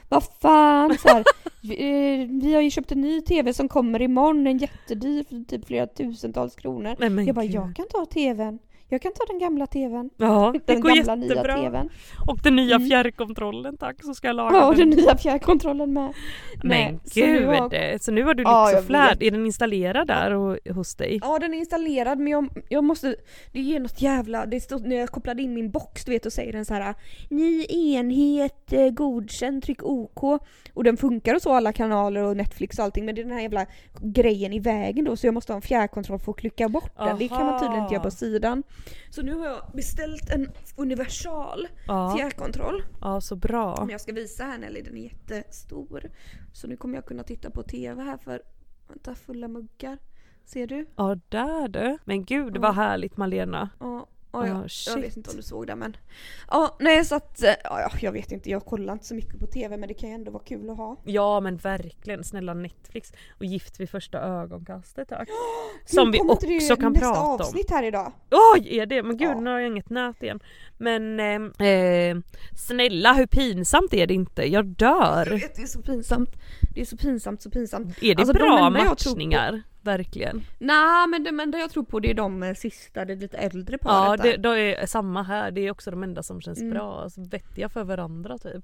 S1: Vad fan? Så här, vi, eh, vi har ju köpt en ny tv som kommer imorgon, en jättedyr för typ flera tusentals kronor.
S2: Nej, men
S1: jag bara
S2: gud.
S1: jag kan ta tvn, jag kan ta den gamla tvn.
S2: Ja, det
S1: Den
S2: går
S1: gamla
S2: jättebra.
S1: nya tvn.
S2: Och den nya
S1: Mm.
S2: fjärrkontrollen tack så ska jag laga
S1: Ja och
S2: den.
S1: den nya fjärrkontrollen med.
S2: Men
S1: Så nu
S2: gud,
S1: har-
S2: så nu har du
S1: Ja, jag
S2: lyx och flärd.
S1: vet.
S2: Är den installerad där och, hos dig?
S1: Ja den är installerad men jag, jag måste, det är något jävla, det stod när jag kopplade in min box du vet och säger den så här Ny enhet eh, godkänd, tryck OK. Och den funkar och så alla kanaler och Netflix och allting men det är den här jävla grejen i vägen då så jag måste ha en fjärrkontroll för att klicka bort den. Det kan man tydligen inte göra på
S2: Aha.
S1: sidan. Så nu har jag beställt en universal
S2: Ja,
S1: fjärrkontroll
S2: ja så bra.
S1: som jag ska visa här Nelly, den är jättestor. Så nu kommer jag kunna titta på TV här för, vänta fulla muggar. Ser du?
S2: Ja, där du. Men gud
S1: Ja.
S2: vad härligt Malena.
S1: Ja, ja, ja.
S2: Ah,
S1: jag
S2: shit.
S1: vet inte om du såg det men. Ja, nej så att, eh, ja, ja, jag vet inte, jag kollar inte så mycket på TV men det kan ju ändå vara kul att ha.
S2: Ja men verkligen, snälla Netflix. Och Gift vid första ögonkastet tack.
S1: Gud,
S2: Som vi
S1: kommer inte det
S2: också kan
S1: nästa
S2: prata om.
S1: avsnitt här idag.
S2: Oj är det? Men gud
S1: Ja.
S2: nu har jag inget nät igen. Men eh, eh, snälla hur pinsamt är det inte? Jag
S1: Jag
S2: dör.
S1: vet, det är så pinsamt. Det är så pinsamt, så pinsamt.
S2: Är det
S1: Alltså, de
S2: bra
S1: enda jag tror på-
S2: matchningar? Verkligen.
S1: Nej men det enda jag tror på det är de eh, sista, det lite äldre paret
S2: Ja det,
S1: där.
S2: det är samma här, det är också de enda som känns
S1: Mm.
S2: bra. Alltså, vettiga för varandra typ.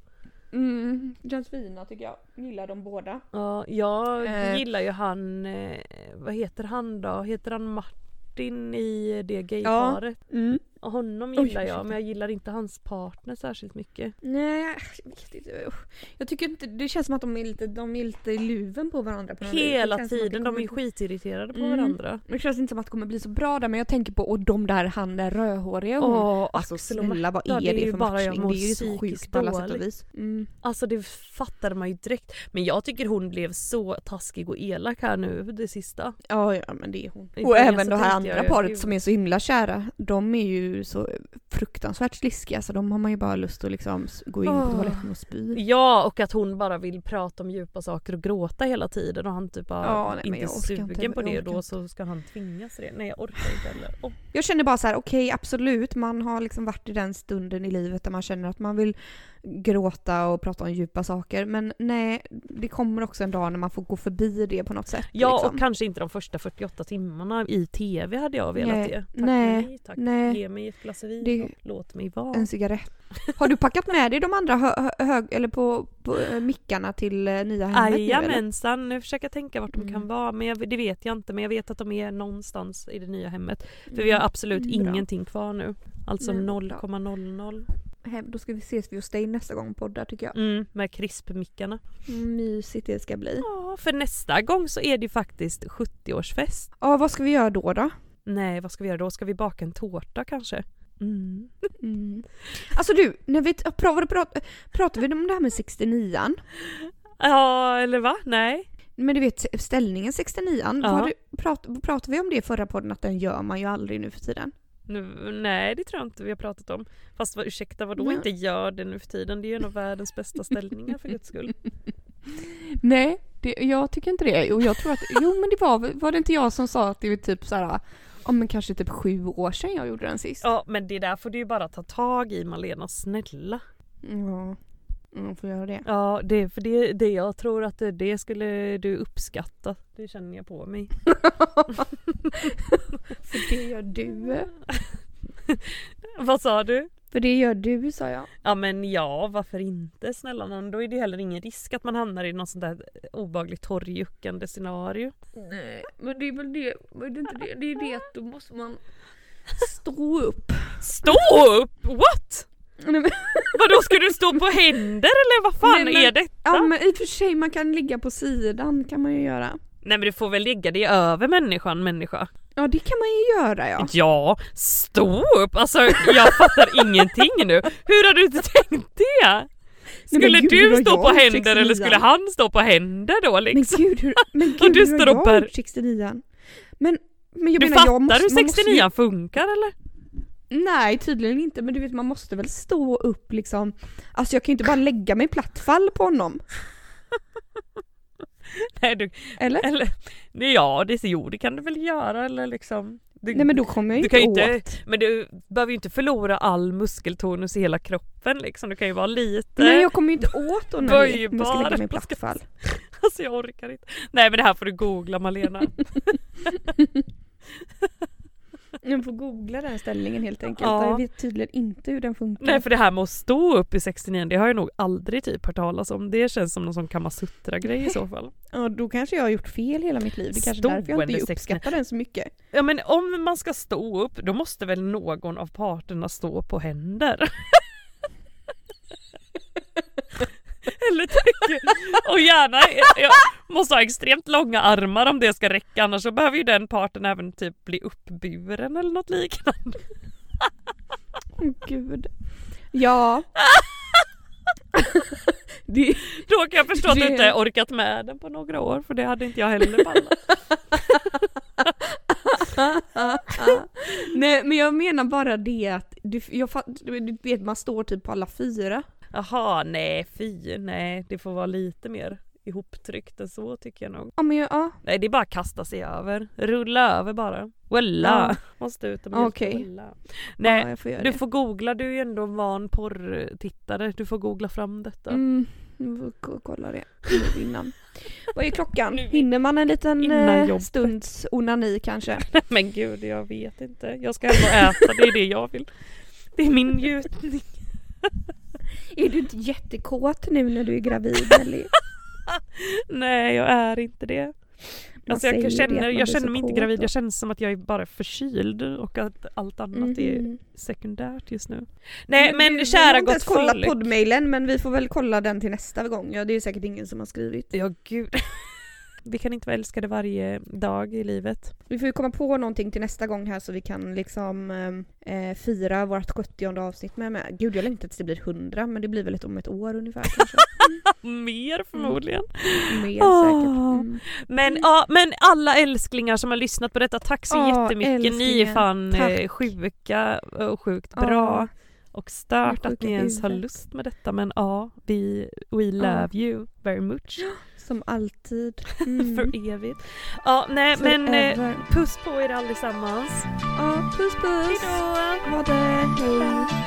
S1: Mm, känns fina tycker jag. Gillar dem båda.
S2: Ja, jag
S1: Eh.
S2: gillar ju han, eh, vad heter han då? Heter han Martin i det gayparet? Och Honom
S1: Oj,
S2: gillar jag
S1: ursäkta.
S2: men jag gillar inte hans partner särskilt mycket.
S1: Nej, jag vet inte. Usch. Jag tycker inte, det känns som att de är lite, de är lite i luven på varandra. På något vis. Det
S2: Hela
S1: känns som att det
S2: tiden, de är ju
S1: kommer-
S2: skitirriterade på
S1: Mm.
S2: varandra.
S1: Det känns inte som att det kommer bli så bra där men jag tänker på och de där han där rödhåriga och hon.
S2: Åh,
S1: Alltså
S2: Axel och
S1: snälla vad
S2: Marta,
S1: är
S2: det är
S1: det
S2: ju
S1: för
S2: bara jag
S1: matchning?
S2: mår
S1: Det är ju så
S2: psykiskt
S1: sjukt på alla sätt
S2: dåligt.
S1: och vis. Mm.
S2: Alltså det fattar man ju direkt. Men jag tycker hon blev så taskig och elak här nu det sista.
S1: Ja, ja men det är hon.
S2: I
S1: Och
S2: början
S1: även
S2: så
S1: det här
S2: tänkte jag
S1: andra
S2: ju,
S1: paret
S2: gud.
S1: som är så himla kära. De är ju så fruktansvärt sliskiga så de har man ju bara lust att liksom s- gå in på
S2: Åh.
S1: toaletten och spy.
S2: Ja och att hon bara vill prata om djupa saker och gråta hela tiden och han typ bara
S1: Ja, nej, men
S2: inte
S1: jag orkar
S2: sugen
S1: inte,
S2: på
S1: jag
S2: det och
S1: orkar
S2: då
S1: inte.
S2: så ska han tvingas till det. Nej jag orkar inte heller. Åh.
S1: Jag känner bara så här: okej absolut man har liksom varit i den stunden i livet där man känner att man vill gråta och prata om djupa saker men nej det kommer också en dag när man får gå förbi det på något sätt.
S2: Ja
S1: liksom.
S2: och kanske inte de första 48 timmarna i tv hade jag velat
S1: Nej,
S2: det. Tack
S1: nej,
S2: nej, tack.
S1: nej.
S2: Ge mig ett glas vin
S1: Det-
S2: och låt mig vara.
S1: En cigarett. Har du packat med dig de andra hö- hö- hög, eller på, på eh, mickarna till eh, nya hemmet nu, eller?
S2: Jajamensan, nu försöker jag tänka vart de kan
S1: Mm.
S2: vara men jag, det vet jag inte men jag vet att de är någonstans i det nya hemmet. För vi har absolut
S1: Mm, bra.
S2: ingenting kvar nu. Alltså
S1: Nej, bra.
S2: 0,00.
S1: Mm, Hem- Då ska vi ses vid Stein nästa gång på poddar tycker jag.
S2: Mm, med krispmickarna.
S1: Mysigt det ska bli.
S2: Ja, för nästa gång så är det ju faktiskt 70-årsfest.
S1: Ja, vad ska vi göra då då?
S2: Nej, vad ska vi göra då? Ska vi baka en tårta kanske? Mm.
S1: Mm. Alltså du, när vi t- pratar, pratar, pratar vi om det här med 69an?
S2: Ja, eller va? Nej.
S1: Men du vet ställningen 69an,
S2: Ja.
S1: var det, prat, pratade vi om det i förra podden att den gör man ju aldrig nu för tiden?
S2: Nu, nej, det tror jag inte vi har pratat om. Fast vad, ursäkta, vadå
S1: Nej.
S2: inte gör det nu för tiden? Det är ju en av världens bästa ställningar för guds skull.
S6: Nej, det, jag tycker inte det. Och jag tror att, jo men det var väl- var det inte jag som sa att det var typ så här, ja men kanske typ sju år sedan jag gjorde den sist.
S2: Ja, men det där får du ju bara ta tag i Malena, snälla.
S1: Ja, man får göra det.
S2: Ja, det, för det, det jag tror att det, det skulle du uppskatta. Det känner jag på mig.
S1: För det gör du.
S2: Vad sa du?
S1: För det gör du sa jag.
S2: Ja men ja, varför inte snälla någon? Då är det heller ingen risk att man hamnar i något sånt där obehagligt torrjuckande scenario.
S6: Nej, men det är väl det, men det är inte det, det är det att då måste man stå upp.
S2: Stå upp! What?
S1: Nej, men,
S2: Vadå ska du stå på händer eller vad fan
S1: Nej, men-
S2: är det?
S1: ja men i och för sig man kan ligga på sidan kan man ju göra.
S2: Nej men du får väl lägga dig över människan människa.
S1: Ja det kan man ju göra ja.
S2: Ja, stå upp! Alltså jag fattar ingenting nu. Hur har du inte tänkt det?
S1: men
S2: Skulle
S1: gud, hur
S2: du
S1: har
S2: stå
S1: jag
S2: på
S1: gjort
S2: händer eller
S1: 69?
S2: skulle han stå på händer då
S1: Men
S2: liksom?
S1: gud hur, men
S2: Och
S1: gud,
S2: du
S1: hur
S2: står
S1: har
S2: och
S1: jag
S2: bär-
S1: gjort 69an? Men jag
S2: Du
S1: menar, jag
S2: fattar
S1: måste,
S2: hur
S1: man måste ju-
S2: 69 funkar eller?
S1: Nej tydligen inte men du vet man måste väl stå upp liksom. Alltså jag kan ju inte bara lägga mig plattfall på honom.
S2: Nej, du,
S1: Eller?
S2: eller nej, ja, det, jo, det kan du väl göra eller liksom. Du,
S1: Nej men då kommer jag ju
S2: du kan ju
S1: inte
S2: inte, men du behöver ju inte förlora all muskeltonus i hela kroppen liksom. Du kan ju vara lite.
S1: Nej jag kommer ju inte åt honom när jag- när jag ska
S2: Böjbar.
S1: lägga mig i plattfall.
S2: Alltså jag orkar inte. Nej men det här får du googla Malena.
S1: Jag får googla den ställningen helt enkelt.
S2: Ja.
S1: Jag vet tydligen inte hur den funkar.
S2: Nej för det här med att stå upp i 69 det har jag nog aldrig typ hört talas om. Det känns som någon sån kamasutra-grej i så fall.
S1: Ja, då kanske jag har gjort fel hela mitt liv. Det kanske är därför jag
S2: Stående
S1: inte
S2: 69.
S1: uppskattar den så mycket.
S2: Ja men om man ska stå upp då måste väl någon av parterna stå på händer? Eller tycker... Och gärna, jag måste ha extremt långa armar om det ska räcka annars så behöver ju den parten även typ bli uppburen eller något liknande.
S1: Åh gud. Ja. det,
S2: Då kan jag förstå att du
S1: Det-
S2: inte orkat med den på några år för det hade inte jag heller pallat.
S1: nej men jag menar bara det att du, jag, fa- du vet man står typ på alla fyra.
S2: Jaha, nej fy, nej det får vara lite mer ihoptryckt än så tycker jag nog.
S1: Ja men jag, ja.
S2: Nej det är bara att kasta sig över, rulla över bara. Walla! Måste ut och mjölka,
S1: Okej.
S2: walla.
S1: ja
S2: Nej,
S1: jag får göra
S2: du
S1: det.
S2: får googla, du är ju ändå en van porrtittare, du får googla fram detta.
S1: Mm, jag får k- kolla det nu innan. Vad är klockan? Hinner man en liten
S2: Innan
S1: eh,
S2: jobbet.
S1: stunds onani kanske?
S2: Men gud, jag vet inte. Jag ska hem och äta, det är det jag vill. Det är min njutning.
S1: Är du inte jättekåt nu när du är gravid Nelly?
S2: Nej, jag är inte det.
S1: Man
S2: Alltså jag
S1: säger det, att
S2: känner,
S1: man blir
S2: jag känner
S1: så
S2: mig
S1: kåt
S2: inte gravid,
S1: då.
S2: jag känner som att jag är bara förkyld och att allt annat är
S1: Mhm.
S2: sekundärt just nu. Nej
S1: du,
S2: Mm. men,
S1: vi har
S2: kära
S1: inte ens
S2: gott
S1: kollat
S2: folk.
S1: poddmailen men vi får väl kolla den till nästa gång. Ja, det är ju säkert ingen som har skrivit.
S2: Ja gud. Vi kan inte vara älskade varje dag i livet.
S1: Vi får ju komma på någonting till nästa gång här så vi kan liksom eh, fira vårt 70 avsnitt med, med. Gud jag längtar tills det blir 100 men det blir väl ett om ett år ungefär kanske.
S2: Mer förmodligen.
S1: Mer
S2: Åh.
S1: säkert. Mm.
S2: Mm. Men, ja, men alla älsklingar som har lyssnat på detta, tack så
S1: Ja,
S2: jättemycket. Ni är
S1: älsklingar.
S2: fan eh,
S1: Tack.
S2: sjuka och sjukt
S1: Ja.
S2: bra. Och stört
S1: Ni är
S2: att ni
S1: sjuka i
S2: ens har
S1: huvudet.
S2: lust med detta men ja, vi, we love you very much.
S1: Som alltid. Mm.
S2: För evigt. Ja, nej men eh,
S1: Forever.
S2: puss på er allesammans.
S1: Ja, puss puss.
S2: Hejdå!
S1: Ha det. Hej.